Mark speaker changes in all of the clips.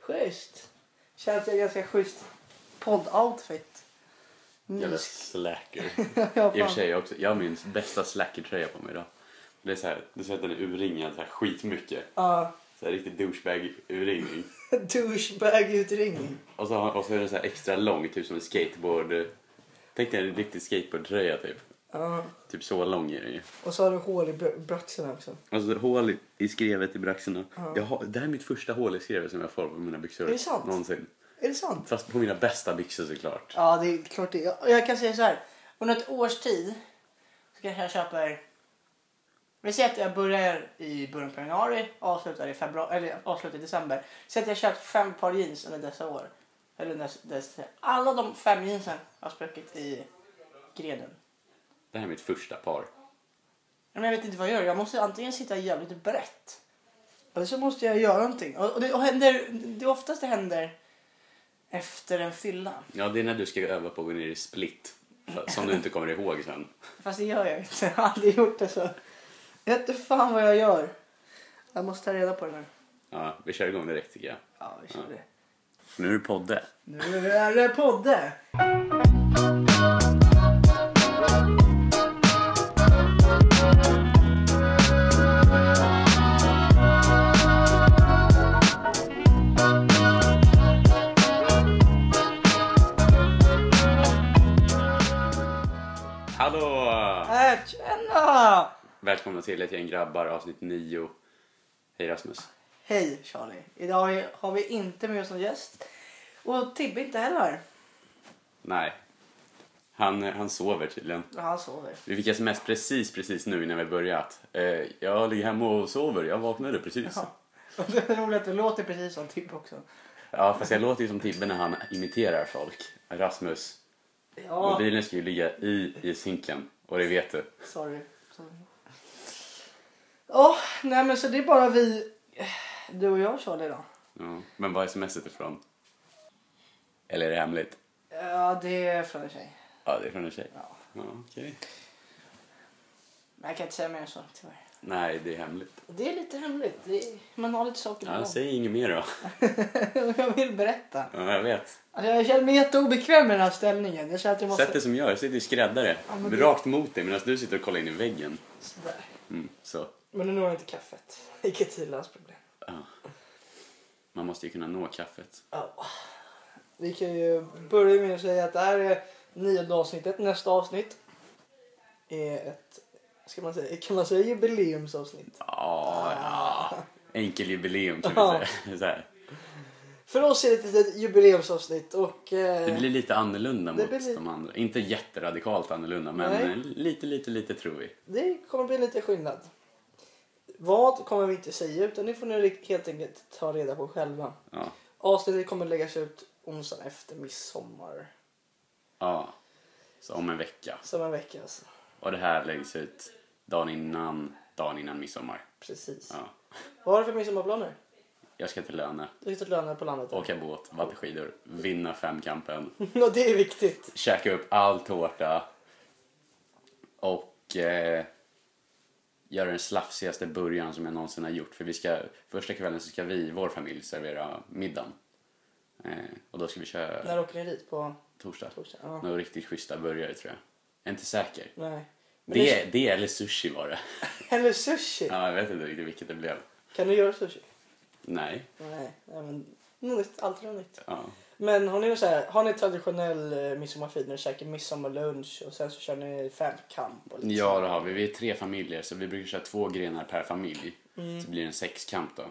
Speaker 1: Schysst. Känns det ganska schysst podd-outfit.
Speaker 2: Jävla
Speaker 1: Nys-
Speaker 2: slacker.
Speaker 1: Ja,
Speaker 2: I och
Speaker 1: fan.
Speaker 2: för sig jag också. Jag har min bästa slackertröja på mig idag. Det är så här, du ser att den är urringad så här skitmycket.
Speaker 1: Ja.
Speaker 2: Så här riktigt douchebag urringning.
Speaker 1: Douchebag-utringning.
Speaker 2: Och så, har- och så är den så här extra lång, typ som en skateboard. Tänk dig en riktig skateboardtröja typ.
Speaker 1: Ja.
Speaker 2: Typ så lång är den ju.
Speaker 1: Och så har du hål i br- braxen också.
Speaker 2: Alltså hål i- i skrevet i braxerna. Jag har, det här är mitt första hål i skrevet som jag får på mina byxor.
Speaker 1: Är det sant?
Speaker 2: Någonsin.
Speaker 1: Är det sant?
Speaker 2: Fast på mina bästa byxor såklart.
Speaker 1: Ja, det är klart det. Jag, jag kan säga så här. Under ett års tid så kanske jag köper... Vi säger att jag börjar i början på januari avslutar i, februari, eller avslutar i december. Säg att jag köpt fem par jeans under dessa år. Eller under dessa, alla de fem jeansen har spruckit i grenen.
Speaker 2: Det här är mitt första par.
Speaker 1: Men jag vet inte vad jag gör. Jag måste antingen sitta jävligt brett. Eller så måste jag göra någonting. Och och det, och händer, det oftast det händer efter en fylla.
Speaker 2: Ja, det är när du ska öva på att gå ner i split. Som du inte kommer ihåg sen.
Speaker 1: Fast det gör jag inte. Jag har aldrig gjort det så. Jag vet inte fan vad jag gör. Jag måste ta reda på det nu.
Speaker 2: Ja, vi kör igång direkt tycker jag.
Speaker 1: Ja, vi kör det.
Speaker 2: Nu är det podde.
Speaker 1: Nu är det podde!
Speaker 2: Hallå!
Speaker 1: Äh, tjena!
Speaker 2: Välkomna till ett gäng grabbar avsnitt 9. Hej Rasmus.
Speaker 1: Hej Charlie. Idag har vi- har vi inte med oss någon gäst. Och Tibbe inte heller.
Speaker 2: Nej. Han, han sover tydligen.
Speaker 1: Men Han sover.
Speaker 2: Vi fick sms precis, precis nu innan vi börjat. Eh, jag ligger hemma och sover, jag vaknade precis.
Speaker 1: Ja. Och det är roligt att du låter precis som Tibbe också.
Speaker 2: Ja, fast jag låter ju som Tibbe när han imiterar folk. Rasmus,
Speaker 1: Ja,
Speaker 2: mobilen ska ju ligga i, i sinken och det vet du.
Speaker 1: sorry. Sorry. Åh, nej men så det är bara vi, du och jag Charlie då.
Speaker 2: Ja. Men var är smset ifrån? Eller är det hemligt?
Speaker 1: Ja, det är från en tjej.
Speaker 2: Ja, det är från en tjej.
Speaker 1: Ja.
Speaker 2: Ja, okej.
Speaker 1: Men jag kan inte säga mer än så tyvärr.
Speaker 2: Nej, det är hemligt.
Speaker 1: Det är lite hemligt. Det är... Man har lite saker
Speaker 2: Ja,
Speaker 1: på
Speaker 2: säg inget mer då.
Speaker 1: gång. Jag vill berätta.
Speaker 2: Ja, jag vet.
Speaker 1: Alltså, jag känner mig jätteobekväm med den här ställningen. Jag känner att jag måste...
Speaker 2: Sätt dig som jag, jag sitter i skräddare.
Speaker 1: Ja, men det-
Speaker 2: Rakt mot dig medan du sitter och kollar in i väggen.
Speaker 1: Sådär.
Speaker 2: Mm, så.
Speaker 1: Men nu når jag inte kaffet. Vilket är Lars problem.
Speaker 2: Man måste ju kunna nå kaffet.
Speaker 1: Ja. Vi kan ju börja med att säga att det här är nionde avsnittet. Nästa avsnitt är ett, ska man säga, kan man säga jubileumsavsnitt?
Speaker 2: Ja, ja. Enkeljubileum kan
Speaker 1: Ja.
Speaker 2: vi säga. Så här.
Speaker 1: För oss är det ett litet jubileumsavsnitt och... Eh,
Speaker 2: Det blir lite annorlunda
Speaker 1: Det
Speaker 2: mot
Speaker 1: blir-
Speaker 2: de andra. Inte jätteradikalt annorlunda, men
Speaker 1: Nej.
Speaker 2: eh, lite, lite, lite tror vi.
Speaker 1: Det kommer bli lite skillnad. Vad kommer vi inte säga utan det får ni helt enkelt ta reda på själva.
Speaker 2: Ja.
Speaker 1: Avsnittet kommer läggas ut onsdagen efter midsommar.
Speaker 2: ja. Så om en vecka.
Speaker 1: Som en vecka alltså.
Speaker 2: Och det här läggs ut dagen innan, dagen innan midsommar.
Speaker 1: Precis.
Speaker 2: Ja.
Speaker 1: Vad har du för midsommarplaner?
Speaker 2: Jag ska till Löne,
Speaker 1: Du ska till Lönnö på landet.
Speaker 2: åka båt, vattenskidor, vinna femkampen,
Speaker 1: Ja, det är viktigt.
Speaker 2: käka upp all tårta och eh, göra den slafsigaste burgaren som jag någonsin har gjort. För vi ska, första kvällen så ska vi, vår familj, servera middagen. Eh, och då ska vi köra
Speaker 1: När åker ni dit? På
Speaker 2: torsdag.
Speaker 1: torsdag? Ja.
Speaker 2: Några riktigt schyssta burgare tror jag. Jag är inte säker.
Speaker 1: Nej. Men det-
Speaker 2: Det, det eller sushi var det.
Speaker 1: Eller sushi?
Speaker 2: Ja, jag vet inte riktigt vilket det blev.
Speaker 1: Kan du göra sushi?
Speaker 2: Nej.
Speaker 1: Nej, nej men något nytt. Alltid något nytt.
Speaker 2: Ja.
Speaker 1: Men har ni, något så här, har ni traditionell eh, midsommarfirande? Ni käkar midsommarlunch och sen så kör ni femkamp? Och lite
Speaker 2: ja, det har vi. Vi är tre familjer så vi brukar köra två grenar per familj.
Speaker 1: Mm.
Speaker 2: Så blir det en sexkamp då.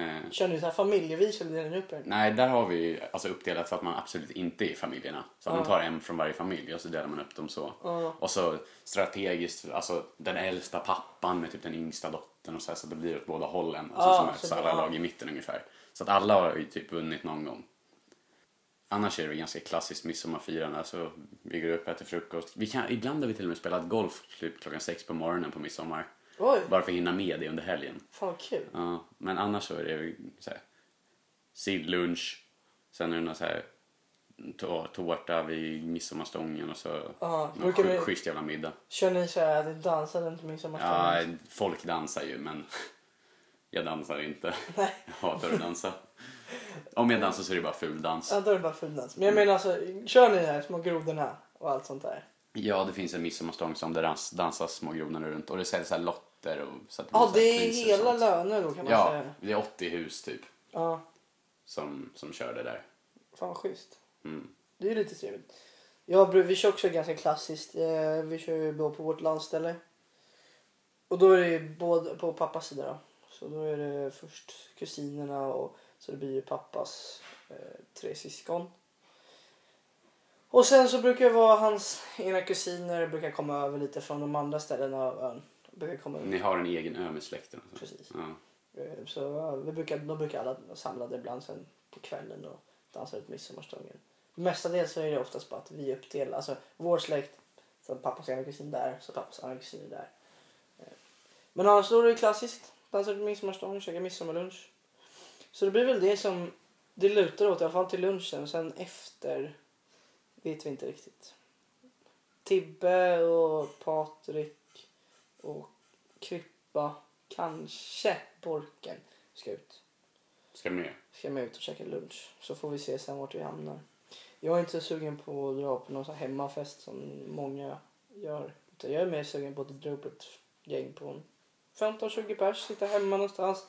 Speaker 2: Eh,
Speaker 1: Kör ni så här familjevis eller delar ni upp er?
Speaker 2: nej, där har vi alltså uppdelat så att man absolut inte är i familjerna. Så man tar en från varje familj och så delar man upp dem så.
Speaker 1: Ja.
Speaker 2: Och så strategiskt, alltså den äldsta pappan med typ den yngsta dottern och så, här, så att det blir åt båda hållen. Och
Speaker 1: Ja,
Speaker 2: så, som
Speaker 1: så
Speaker 2: så
Speaker 1: det-
Speaker 2: alla
Speaker 1: ja.
Speaker 2: lag i mitten ungefär. Så att alla har ju typ vunnit någon gång. Annars är det ganska klassiskt midsommarfirande. Alltså, vi går upp och äter frukost. Vi kan, ibland har vi till och med spelat golf typ klockan sex på morgonen på midsommar.
Speaker 1: Oj,
Speaker 2: Bara för att hinna med det under helgen.
Speaker 1: fan vad kul.
Speaker 2: Ja, men annars så är det ju så här, sillunch, sen är det någon så här tå- tårta vid midsommarstången och så
Speaker 1: Ja,
Speaker 2: någon
Speaker 1: brukar
Speaker 2: Mm, sjuk,
Speaker 1: vi-
Speaker 2: schysst jävla middag.
Speaker 1: Kör ni så här att ni dansar runt midsommarstången?
Speaker 2: Ja, folk dansar ju men jag dansar inte.
Speaker 1: Nej.
Speaker 2: Jag hatar att dansa. Om jag dansar så är det bara fuldans.
Speaker 1: Ja, då är det bara fuldans. Men jag menar alltså, kör ni här små grodorna och allt sånt där?
Speaker 2: Ja, det finns en midsommarstång som det dans- dansas små grodorna runt och det säljs så här lotter och så att
Speaker 1: Ja,
Speaker 2: blir
Speaker 1: det
Speaker 2: så här
Speaker 1: är
Speaker 2: priser och
Speaker 1: hela
Speaker 2: sånt.
Speaker 1: löner då kan man
Speaker 2: Ja,
Speaker 1: säga.
Speaker 2: det är 80 hus typ
Speaker 1: Ja,
Speaker 2: som, som kör det där.
Speaker 1: fan vad schysst.
Speaker 2: Mm.
Speaker 1: Det är ju lite trevligt. Ja, bro, vi kör också ganska klassiskt. Eh, Vi kör ju då på vårt landställe. Och då är det ju både på pappas sida då. Så då är det först kusinerna och så det blir ju pappas eh, tre syskon. Och sen så brukar det vara hans ena kusiner brukar komma över lite från de andra ställena av ön. Brukar komma över.
Speaker 2: Ni har en egen ö med släkten? och så.
Speaker 1: Precis.
Speaker 2: Ja.
Speaker 1: Eh, Så ja, vi brukar, de brukar alla samlade ibland sen på kvällen och dansa ut midsommarstången. Mestadels så är det oftast bara att vi uppdelar, alltså vår släkt, så pappas ena kusin där, så pappas andra kusin är där. Eh, Men annars då är det klassiskt, dansa ut midsommarstången, käka midsommarlunch. Så det blir väl det som det lutar åt, i alla fall till lunchen. Sen efter vet vi inte riktigt. Tibbe och Patrik och Krippa Kanske Borken ska ut.
Speaker 2: Ska med?
Speaker 1: Ska med ut och käka lunch. Så får vi se sen vart vi hamnar. Jag är inte så sugen på att dra på någon sån här hemmafest som många gör. Utan jag är mer sugen på att dra upp ett gäng på en 15-20 pers. Sitta hemma någonstans.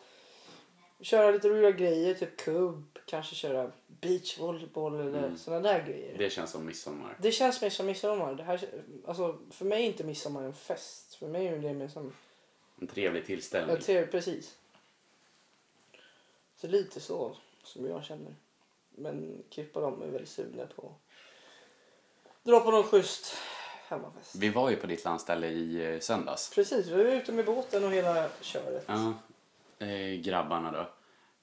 Speaker 1: Köra lite roliga grejer. Typ kubb. Kanske köra beachvolleyboll eller
Speaker 2: Mm.
Speaker 1: såna där grejer.
Speaker 2: Det känns som midsommar.
Speaker 1: Det känns mer som midsommar. Det här, alltså, för mig är inte midsommar en fest. För mig är det mer som
Speaker 2: En trevlig tillställning.
Speaker 1: Ja, tv, precis. Så lite så som jag känner. Men Kippa och de är väldigt sugna på att dra på någon schysst hemmafest.
Speaker 2: Vi var ju på ditt landställe i eh, söndags.
Speaker 1: Precis, vi var ute med båten och hela köret.
Speaker 2: Ja, eh, grabbarna då.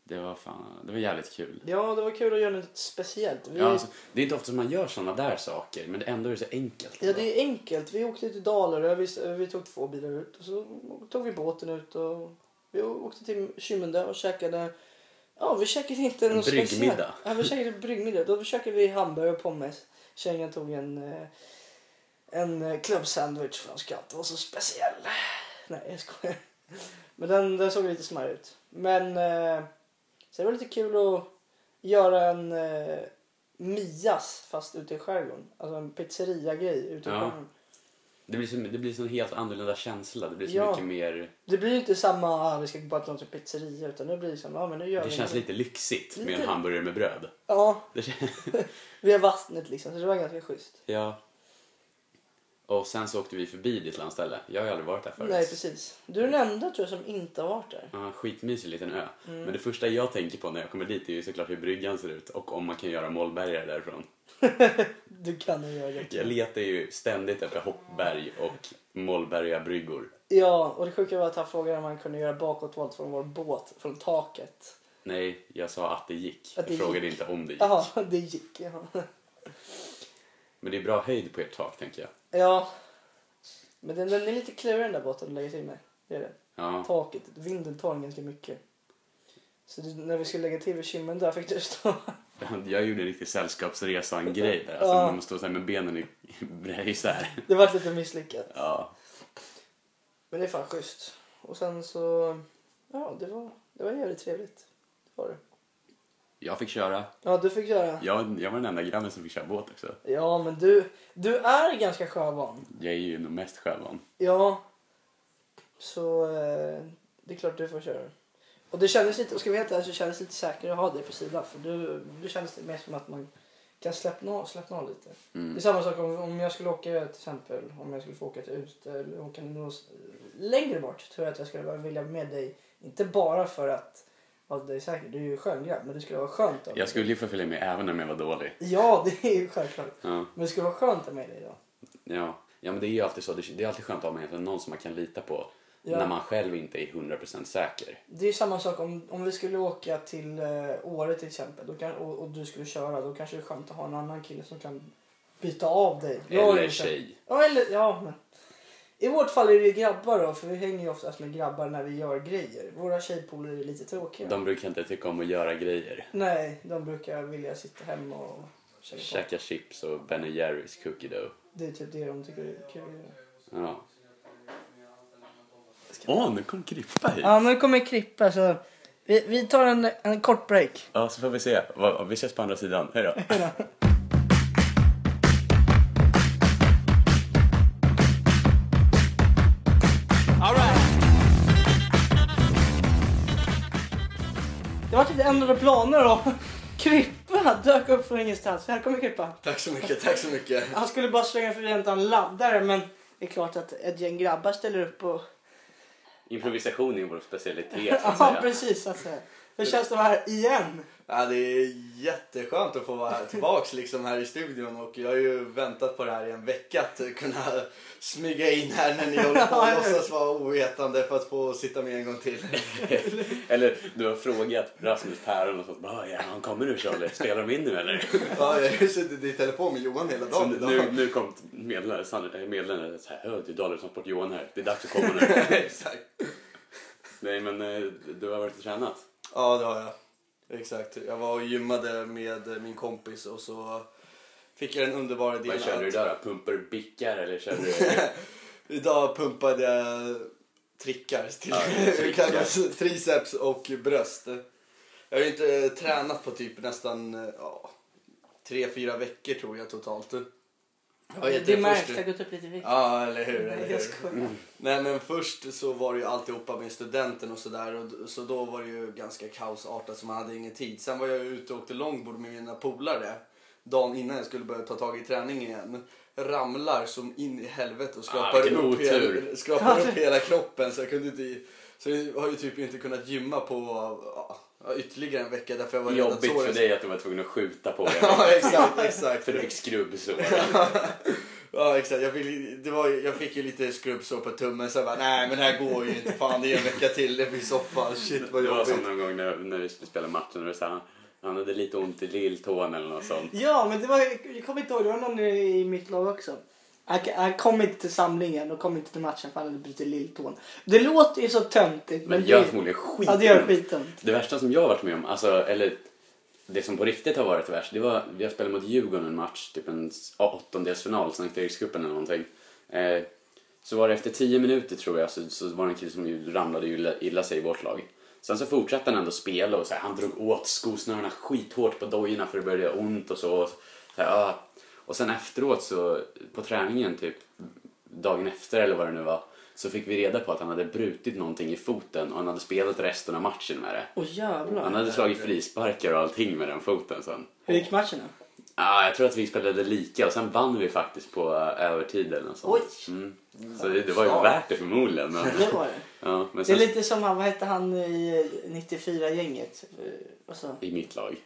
Speaker 2: Det var fan, det var jävligt kul.
Speaker 1: Ja, det var kul att göra något speciellt. Vi,
Speaker 2: Ja, alltså, det är inte ofta man gör såna där saker, men ändå är det så enkelt.
Speaker 1: ja, det är enkelt. Vi åkte till Dalarö, vi, vi tog två bilar ut och så tog vi båten ut och vi åkte till Kymunda och käkade Ja, vi käkade inte
Speaker 2: En
Speaker 1: något
Speaker 2: bryggmiddag.
Speaker 1: Ja, vi käkade bryggmiddag. Då käkade vi hamburgare och pommes. Kängan tog en, eh, en eh, club sandwich från Skatt. Det var så speciell. Nej, jag skojar. Men den, den såg lite smarrig ut. Men eh, så det var lite kul att göra en eh, Mias fast ute i skärgården. Alltså en pizzeria-grej ute i
Speaker 2: Ja.
Speaker 1: skärgården.
Speaker 2: Det blir, som, det blir så en helt annorlunda känsla. Det blir så
Speaker 1: Ja.
Speaker 2: mycket mer...
Speaker 1: Det blir ju inte samma, ah, vi ska bara till någon pizzeria utan nu blir det som, ja men nu gör
Speaker 2: Det
Speaker 1: vi
Speaker 2: känns
Speaker 1: något.
Speaker 2: lite lyxigt med
Speaker 1: Lite.
Speaker 2: en hamburgare med bröd.
Speaker 1: Ja,
Speaker 2: Det kän-
Speaker 1: vi har vattnet liksom så det var ganska schysst.
Speaker 2: ja. Och sen så åkte vi förbi ditt landställe. Jag har ju aldrig varit där förut.
Speaker 1: Nej precis. Du är den enda tror jag som inte har varit där.
Speaker 2: Ja, skitmysig liten ö. Men det första jag tänker på när jag kommer dit är ju såklart hur bryggan ser ut och om man kan göra mollbergare därifrån.
Speaker 1: Du kan ju göra det.
Speaker 2: Jag letar ju ständigt efter hoppberg och mollbergabryggor.
Speaker 1: Ja, och det sjuka var att han frågade om man kunde göra bakåtvolt från vår båt, från taket.
Speaker 2: Nej, jag sa att det gick.
Speaker 1: Att det
Speaker 2: jag frågade
Speaker 1: gick.
Speaker 2: inte om det gick.
Speaker 1: Jaha, det gick. Ja.
Speaker 2: Men det är bra höjd på ert tak tänker jag.
Speaker 1: ja. Men den, den är lite klurig den där båten att lägga sig med. Det är det.
Speaker 2: Ja,
Speaker 1: Taket, vinden tar den ganska mycket. Så det, när vi skulle lägga till vid kimmen där fick du stå.
Speaker 2: jag gjorde en riktig sällskapsresan-grej där. Alltså
Speaker 1: Ja.
Speaker 2: man måste stå så här med benen i- isär.
Speaker 1: Det var lite misslyckat.
Speaker 2: Ja.
Speaker 1: Men det är fan schysst. Och sen så, ja det var, det var jävligt trevligt. Det var det.
Speaker 2: Jag fick köra.
Speaker 1: Ja, du fick göra.
Speaker 2: Jag, jag var den enda grabben som fick köra båt också.
Speaker 1: Ja, men du, du är ganska sjövan.
Speaker 2: Jag är ju nog mest sjövan.
Speaker 1: Ja. Så eh, det är klart du får köra. Och det kändes lite, och ska vi vara helt ärliga så kändes det lite säkrare att ha dig på sidan. För du, du kändes det mer som att man kan slappna av, slappna av lite. Det
Speaker 2: Mm.
Speaker 1: är samma sak om, om jag skulle åka till exempel, om jag skulle få åka till ute eller åka någon, längre bort tror jag att jag skulle vilja vara med dig. Inte bara för att, ja det är säkert, du är ju sköngrabb men det skulle vara skönt att
Speaker 2: Jag skulle ju få följa med även om jag var dålig.
Speaker 1: Ja det är ju självklart.
Speaker 2: Ja.
Speaker 1: Men det skulle vara skönt att ha med dig då.
Speaker 2: Ja. ja, men det är ju alltid så. Det det är alltid skönt att ha med egentligen någon som man kan lita på
Speaker 1: Ja.
Speaker 2: när man själv inte är 100% säker.
Speaker 1: Det är ju samma sak om, om vi skulle åka till eh, Åre till exempel då kan, och, och du skulle köra. Då kanske det är skönt att ha en annan kille som kan byta av dig. Jag har ju
Speaker 2: Eller
Speaker 1: inte-
Speaker 2: tjej.
Speaker 1: Ja, eller, ja, men. I vårt fall är det ju grabbar då, för vi hänger ju oftast med grabbar när vi gör grejer. Våra tjejpolare är lite tråkiga.
Speaker 2: De brukar inte tycka om att göra grejer.
Speaker 1: Nej, de brukar vilja sitta hemma och käka på.
Speaker 2: Käka chips och Ben Jerrys cookie dough.
Speaker 1: Det är typ det de tycker är kul att göra.
Speaker 2: Ja. Åh, nu kom Krippa hit!
Speaker 1: Ja, nu kommer Krippa så Vi, vi tar en, en kort break.
Speaker 2: Ja, så får vi se. Va- Vi ses på andra sidan. Hej då.
Speaker 1: All right. Det var lite ändrade planer och Krippa dök upp från ingenstans. Välkommen Krippa.
Speaker 3: Tack så mycket, tack så mycket.
Speaker 1: Han skulle bara slänga förbi en utan laddare men det är klart att ett gäng grabbar ställer upp och...
Speaker 2: Improvisation är vår specialitet, så
Speaker 1: Ja
Speaker 2: att säga.
Speaker 1: precis så att säga. Hur känns det att vara här igen?
Speaker 3: Ja, det är jätteskönt att få vara här, tillbaks liksom här i studion och jag har ju väntat på det här i en vecka att kunna smyga in här när ni håller på och låtsas vara ovetande för att få sitta med en gång till.
Speaker 2: Eller du har frågat Rasmus Päron och sånt. Bara, ja, han kommer nu Charlie. Spelar de in nu eller?
Speaker 3: Ja, jag har ju suttit i telefon med Johan hela
Speaker 2: Så
Speaker 3: dagen
Speaker 2: nu,
Speaker 3: idag.
Speaker 2: nu kom meddelandet meddelandet så här. "Hör, Det är Daniel som Sport Johan här. Det är dags att komma nu.
Speaker 3: Exakt.
Speaker 2: Nej men eh, du har varit och tränat.
Speaker 3: Ja, det har jag. Exakt. Jag var och gymmade med min kompis och så fick jag den underbara idén
Speaker 2: Vad körde du
Speaker 3: att-
Speaker 2: där då? Pumpar du bickar eller körde du?
Speaker 3: Idag pumpade jag trickar till
Speaker 2: Ja, trickar.
Speaker 3: kallas triceps och bröst. Jag har ju inte tränat på typ nästan ja, tre, fyra veckor tror jag totalt. Jag var
Speaker 1: det
Speaker 3: jätteförst.
Speaker 1: märks, det har gått upp lite i vikt.
Speaker 3: Ja, eller hur. Eller
Speaker 1: jag
Speaker 3: hur?
Speaker 1: skojar.
Speaker 3: Nej, men först så var det ju alltihopa med studenten och sådär. och d- Så då var det ju ganska kaosartat så man hade ingen tid. Sen var jag ute och åkte långbord med mina polare dagen innan jag skulle börja ta tag i träning igen. Ramlar som in i helvete och
Speaker 2: Ah,
Speaker 3: skrapar,
Speaker 2: vilken
Speaker 3: upp,
Speaker 2: otur.
Speaker 3: hela, skrapar upp hela kroppen så jag kunde inte... Så jag har ju typ inte kunnat gymma på ja, ytterligare en vecka därför jag var rädd att
Speaker 2: Jobbigt för
Speaker 3: såren...
Speaker 2: dig att du var tvungen att skjuta på dig.
Speaker 3: Ja, exakt, exakt.
Speaker 2: För du fick skrubbsår.
Speaker 3: Ja exakt, jag, fick, det var, ju- jag fick ju lite skrubbsår på tummen så jag bara nej men det här går ju inte, fan det är en vecka till, det blir soffan, shit vad
Speaker 2: Det var
Speaker 3: jobbigt.
Speaker 2: som någon gång när, när vi skulle spela matchen och det så här, han hade lite ont i lilltån eller något sånt.
Speaker 1: Ja, men det var, jag kommer inte ihåg, det var någon i mitt lag också. Han, han kom inte till samlingen och kom inte till matchen för han hade brutit lilltån. Det låter ju så töntigt.
Speaker 2: Men det gör
Speaker 1: det-
Speaker 2: förmodligen skit.
Speaker 1: Ja, det gör skitont.
Speaker 2: Det värsta som jag har varit med om, alltså, eller det som på riktigt har varit värst, det var jag spelade mot Djurgården en match, typ en s- ja, åttondelsfinal, Sankt Erikscupen eller någonting. Eh, så var det efter tio minuter tror jag, så, så var det en kille som ju ramlade och illa, illa sig i vårt lag. Sen så fortsatte han ändå spela och så här, han drog åt skosnörena skithårt på dojorna för det började göra ont och så. Och, så här, ah. och sen efteråt så, på träningen typ, dagen efter eller vad det nu var, så fick vi reda på att han hade brutit någonting i foten och han hade spelat resten av matchen med det.
Speaker 1: Åh jävlar.
Speaker 2: Han hade slagit frisparkar och allting med den foten sen.
Speaker 1: Hur gick matchen då?
Speaker 2: Ja, jag tror att vi spelade lika och sen vann vi faktiskt på eh, övertid eller något sånt.
Speaker 1: Oj.
Speaker 2: Mm. Så det, det var ju värt det förmodligen. Men,
Speaker 1: Det var det.
Speaker 2: ja, men
Speaker 1: Det är
Speaker 2: sen,
Speaker 1: lite som han, vad hette han i 94-gänget? Alltså,
Speaker 2: I mitt lag.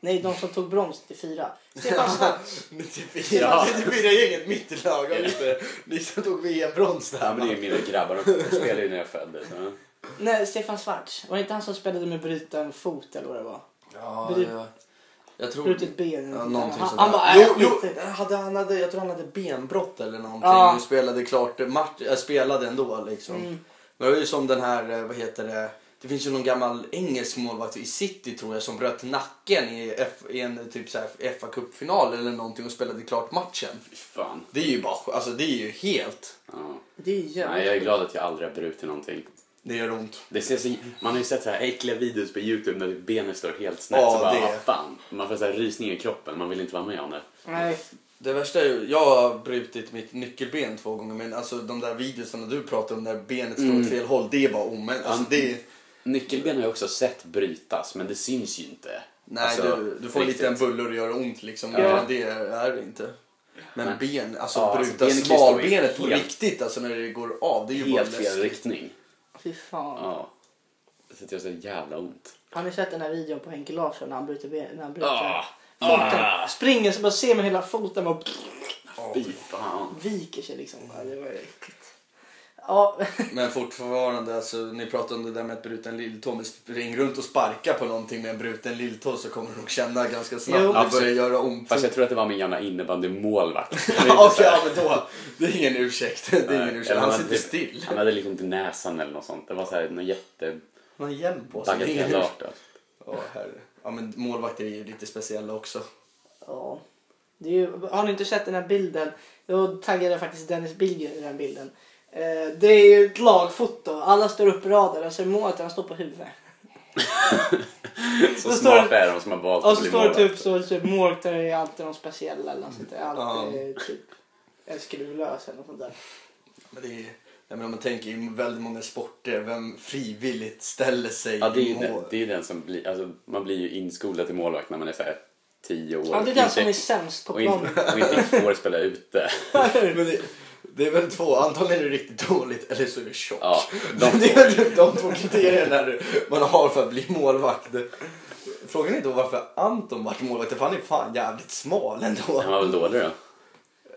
Speaker 1: nej, de som tog broms 94. Stefan Stats.
Speaker 3: 94,
Speaker 2: Ja.
Speaker 3: 94 gänget, mitt i lag, ja, just det. Ni som tog VM-brons
Speaker 2: Ja,
Speaker 3: där.
Speaker 2: men det är ju mina grabbar, de spelade ju när jag föddes. Ja.
Speaker 1: Nej, Stefan Schwarz. Var det inte han som spelade med bruten fot eller vad det var?
Speaker 3: Ja,
Speaker 1: Bru-
Speaker 3: ja. Jag tror...
Speaker 1: Brutet ben eller
Speaker 3: Ja,
Speaker 1: något
Speaker 3: någonting
Speaker 1: han,
Speaker 3: sånt
Speaker 1: han
Speaker 3: där.
Speaker 1: bara,
Speaker 3: jo,
Speaker 1: äh, skit i
Speaker 3: jo,
Speaker 1: det.
Speaker 3: hade han hade, jag tror han hade benbrott eller någonting.
Speaker 1: Ja.
Speaker 3: och Spelade klart match, äh, spelade ändå liksom.
Speaker 1: Mm.
Speaker 3: Men det var ju som den här, eh, vad heter det? Det finns ju någon gammal engelsk målvakt i City tror jag som bröt nacken i, F, i en typ så här fa kuppfinal eller någonting och spelade klart matchen.
Speaker 2: Fy Fan.
Speaker 3: Det är ju bara, alltså det är ju helt,
Speaker 2: Ja.
Speaker 1: Det är ju
Speaker 2: Nej, jag är glad att jag aldrig har brutit någonting.
Speaker 3: det gör ont.
Speaker 2: Det ser så, man har ju sett så här äckliga videos på Youtube när benet står helt snett.
Speaker 3: Ja,
Speaker 2: så bara,
Speaker 3: det.
Speaker 2: ah, fan. Man får så här rysningar i kroppen, man vill inte vara med om det.
Speaker 1: Nej.
Speaker 3: Det värsta är ju, jag har brutit mitt nyckelben två gånger men alltså de där videorna du pratar om där benet står
Speaker 2: Mm.
Speaker 3: åt fel håll, det är bara omänskligt. Alltså, det är-
Speaker 2: Nyckelben har jag också sett brytas, men det syns ju inte.
Speaker 3: Nej,
Speaker 2: Alltså,
Speaker 3: du, du får
Speaker 2: riktigt.
Speaker 3: lite en bulle och det gör ont liksom.
Speaker 2: Ja.
Speaker 3: Men det är det inte. Men ben, alltså
Speaker 2: Ja, alltså,
Speaker 3: bryta
Speaker 2: benet kan ju stå i
Speaker 3: smalbenet på
Speaker 2: helt-
Speaker 3: riktigt alltså när det går av. Det är ju
Speaker 2: Helt
Speaker 3: bara
Speaker 2: fel
Speaker 3: läskigt.
Speaker 2: riktning.
Speaker 1: Fy fan.
Speaker 2: Ja. Så att jag så jävla ont.
Speaker 1: Har ni sett den här videon på Henke Larsson när han bryter ben? När han bryter
Speaker 2: Ah.
Speaker 1: foten.
Speaker 2: Ah.
Speaker 1: Springer så bara ser man hela foten bara
Speaker 2: Fy fan.
Speaker 1: viker sig liksom. Ja, det var ju riktigt. Ja,
Speaker 3: Men fortfarande, alltså, ni pratar om det där med att bruten lilltå. Men spring runt och sparka på någonting med en bruten lilltå så kommer du nog känna ganska
Speaker 1: Jo.
Speaker 3: snabbt att det börjar
Speaker 2: Absolut.
Speaker 3: göra ont.
Speaker 2: Fast jag tror att det var min gamla innebandymålvakt. Det är inte
Speaker 3: Okej,
Speaker 2: så här-
Speaker 3: ja, men då. Det är ingen ursäkt. Det är ingen
Speaker 2: Nej,
Speaker 3: ursäkt.
Speaker 2: eller
Speaker 3: Han
Speaker 2: hade
Speaker 3: sitter
Speaker 2: typ-
Speaker 3: still.
Speaker 2: Han hade lite ont i näsan eller något sånt. Det var så här något
Speaker 3: Han har hjälm på sig. Det är ingen ursäkt.
Speaker 2: jättebagatellartat.
Speaker 3: Ja, herre. Ja, men målvakter är ju lite speciella också.
Speaker 1: ja. Det är ju, har ni inte sett den här bilden? Då taggade jag faktiskt Dennis Billgren i den bilden. Eh, det är ju ett lagfoto. Alla står uppradade och så är målet att han står på huvudet.
Speaker 2: Så
Speaker 1: Då står
Speaker 2: smarta
Speaker 1: det-
Speaker 2: är de som har valt
Speaker 1: Och
Speaker 2: att
Speaker 1: så
Speaker 2: bli
Speaker 1: står det
Speaker 2: målvakter.
Speaker 1: typ så, typ målvakter är alltid någon speciell eller något sånt där. Alltid typ en skruvlös eller något sånt där.
Speaker 3: Men det är, nej, men om man tänker i väldigt många sporter, vem frivilligt ställer sig
Speaker 2: Ja, det är ju
Speaker 3: i
Speaker 2: den,
Speaker 3: mål?
Speaker 2: det är ju den som blir, alltså, man blir ju inskolad till målvakt när man är så här tio år.
Speaker 1: Ja, det är den som är sämst på
Speaker 2: och, inte,
Speaker 1: planen.
Speaker 2: och inte får spela ute.
Speaker 3: Men det, det är väl två, antingen är det riktigt dåligt eller så är det tjock.
Speaker 2: Ja, de
Speaker 3: det är typ de två kriterierna du- man har för att bli målvakt. Frågan är då varför Anton vart målvakt, för han är fan jävligt smal ändå.
Speaker 2: Han var väl dålig då?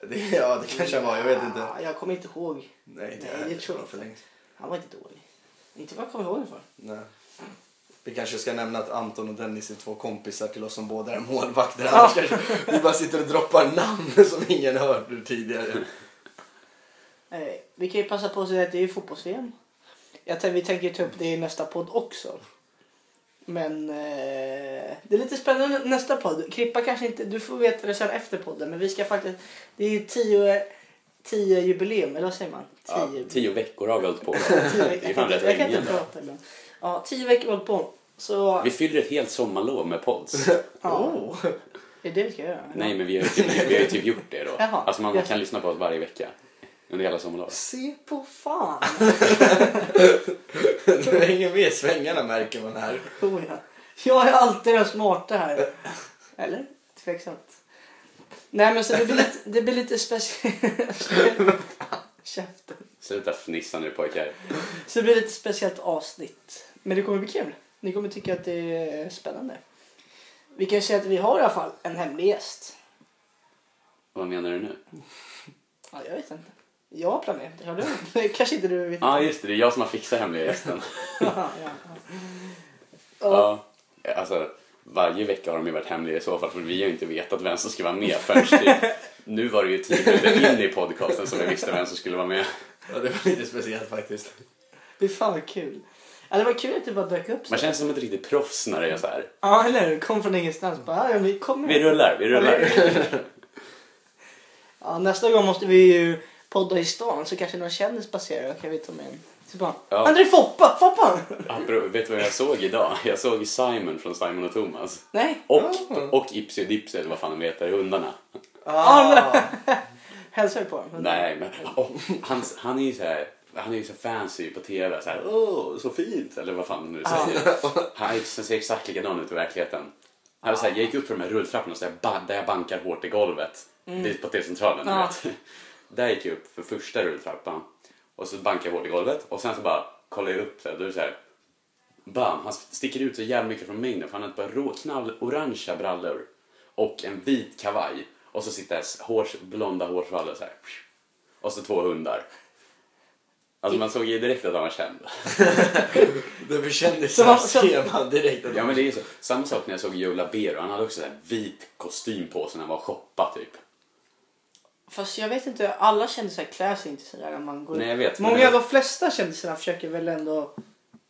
Speaker 3: Det, ja, det kanske han var, jag vet inte.
Speaker 1: Ja, Jag kommer inte ihåg.
Speaker 3: Nej, det,
Speaker 1: Nej,
Speaker 3: är
Speaker 1: det
Speaker 3: det
Speaker 1: tror
Speaker 3: var
Speaker 1: jag
Speaker 3: för
Speaker 1: inte.
Speaker 3: länge sedan.
Speaker 1: Han var inte dålig. Inte vad jag kommer ihåg för.
Speaker 3: Nej. Vi kanske ska nämna att Anton och Dennis är två kompisar till oss som båda är målvakter.
Speaker 1: Ja.
Speaker 3: Annars kanske vi bara sitter och droppar namn som ingen hört tidigare.
Speaker 1: Eh, vi kan ju passa på att säga att det är ju fotbolls-VM. Jag tänkte, vi tänker ju ta upp det i nästa podd också. Men eh, det är lite spännande nästa podd. Krippa kanske inte, du får veta det sen efter podden. Men vi ska faktiskt, det är ju tio, tio jubileum, eller vad säger man?
Speaker 2: Ja, tio veckor har vi hållit på.
Speaker 1: tio
Speaker 2: Det är
Speaker 1: veckor.
Speaker 2: fan
Speaker 1: Jag
Speaker 2: rätt
Speaker 1: kan, jag kan
Speaker 2: länge.
Speaker 1: inte prata ibland. Ja, tio veckor har vi hållit på. Så
Speaker 2: Vi fyller ett helt sommarlov med pods.
Speaker 1: Ja.
Speaker 3: Oh.
Speaker 1: är det vi ska göra?
Speaker 2: Nej, men vi har ju typ, vi har ju typ gjort det då.
Speaker 1: Jaha.
Speaker 2: Alltså man, man kan lyssna på oss varje vecka. Under hela sommarlovet.
Speaker 1: Se på fan!
Speaker 3: Du hänger med i svängarna märker man här.
Speaker 1: Oh, ja. Jag är alltid den smarta här. Eller? Tveksamt. Nej men så det blir lite, det blir lite speciellt. Käften.
Speaker 2: Sluta fnissa nu pojkar.
Speaker 1: Så det blir lite speciellt avsnitt. Men det kommer bli kul. Ni kommer tycka att det är spännande. Vi kan ju säga att vi har i alla fall en hemlig gäst.
Speaker 2: Vad menar du nu?
Speaker 1: Ja, jag vet inte. Jag har planerat det. Har du? Det Kanske inte du vet.
Speaker 2: Ja, just det. Det är jag som har fixat hemliga gästen.
Speaker 1: Ja, ja, ja.
Speaker 2: Ja. Alltså, varje vecka har de ju varit hemliga i så fall för vi har ju inte vetat vem som ska vara med förrän typ, nu var det ju tio minuter in i podcasten som vi visste vem som skulle vara med.
Speaker 3: Ja, det var lite speciellt faktiskt.
Speaker 1: Det är fan vad kul. Ja, det var kul att du bara dök upp. så.
Speaker 2: Man känns som ett riktigt proffs när det är så här.
Speaker 1: Ja, eller hur? Kom från ingenstans. Bara, ja, vi kommer.
Speaker 2: Vi rullar, vi rullar.
Speaker 1: Ja, nästa gång måste vi ju podda i stan så kanske någon kändis passerar och kan vi ta med en. Så bara,
Speaker 2: Ja.
Speaker 1: André Foppa! Foppa!
Speaker 2: Apro, vet du vad jag såg idag? Jag såg Simon från Simon och Thomas.
Speaker 1: Nej,
Speaker 2: Och, och Ipsy och Dipsy, eller vad fan de heter, hundarna.
Speaker 3: Ah.
Speaker 1: hälsar vi på honom?
Speaker 2: Nej, men och, han, han är ju så här... Han är ju så fancy på tv. Så här, Åh, så fint! Eller vad fan nu säger. Han är- ser exakt likadan ut i verkligheten. Han var så här, jag gick upp för de här rulltrapporna så jag, ba- där jag bankar hårt i golvet. Dit på T-centralen. du
Speaker 1: Ja.
Speaker 2: vet. Där gick jag upp för första rulltrappan. Och så bankade jag hårt i golvet. Och sen så bara kollade jag upp. Så här, då är det så här, bam! Han sticker ut så jävla mycket från mängden. För han har ett par rå, knallorangea brallor. Och en vit kavaj. Och så sitter hans hårs, blonda hårsvallar så här. Och så två hundar. Alltså man såg ju direkt att han var känd.
Speaker 3: Det
Speaker 1: Så-
Speaker 3: förkändisar
Speaker 1: så-
Speaker 3: ser man direkt.
Speaker 2: Ja men det är så. Samma sak när jag såg Joe Labero. Han hade också så här vit kostym på sig när han var och shoppa typ.
Speaker 1: Fast jag vet inte, alla kändisar klär sig inte sådär när man går
Speaker 2: Nej, jag vet, men
Speaker 1: Många
Speaker 2: det-
Speaker 1: av de flesta kändisarna försöker väl ändå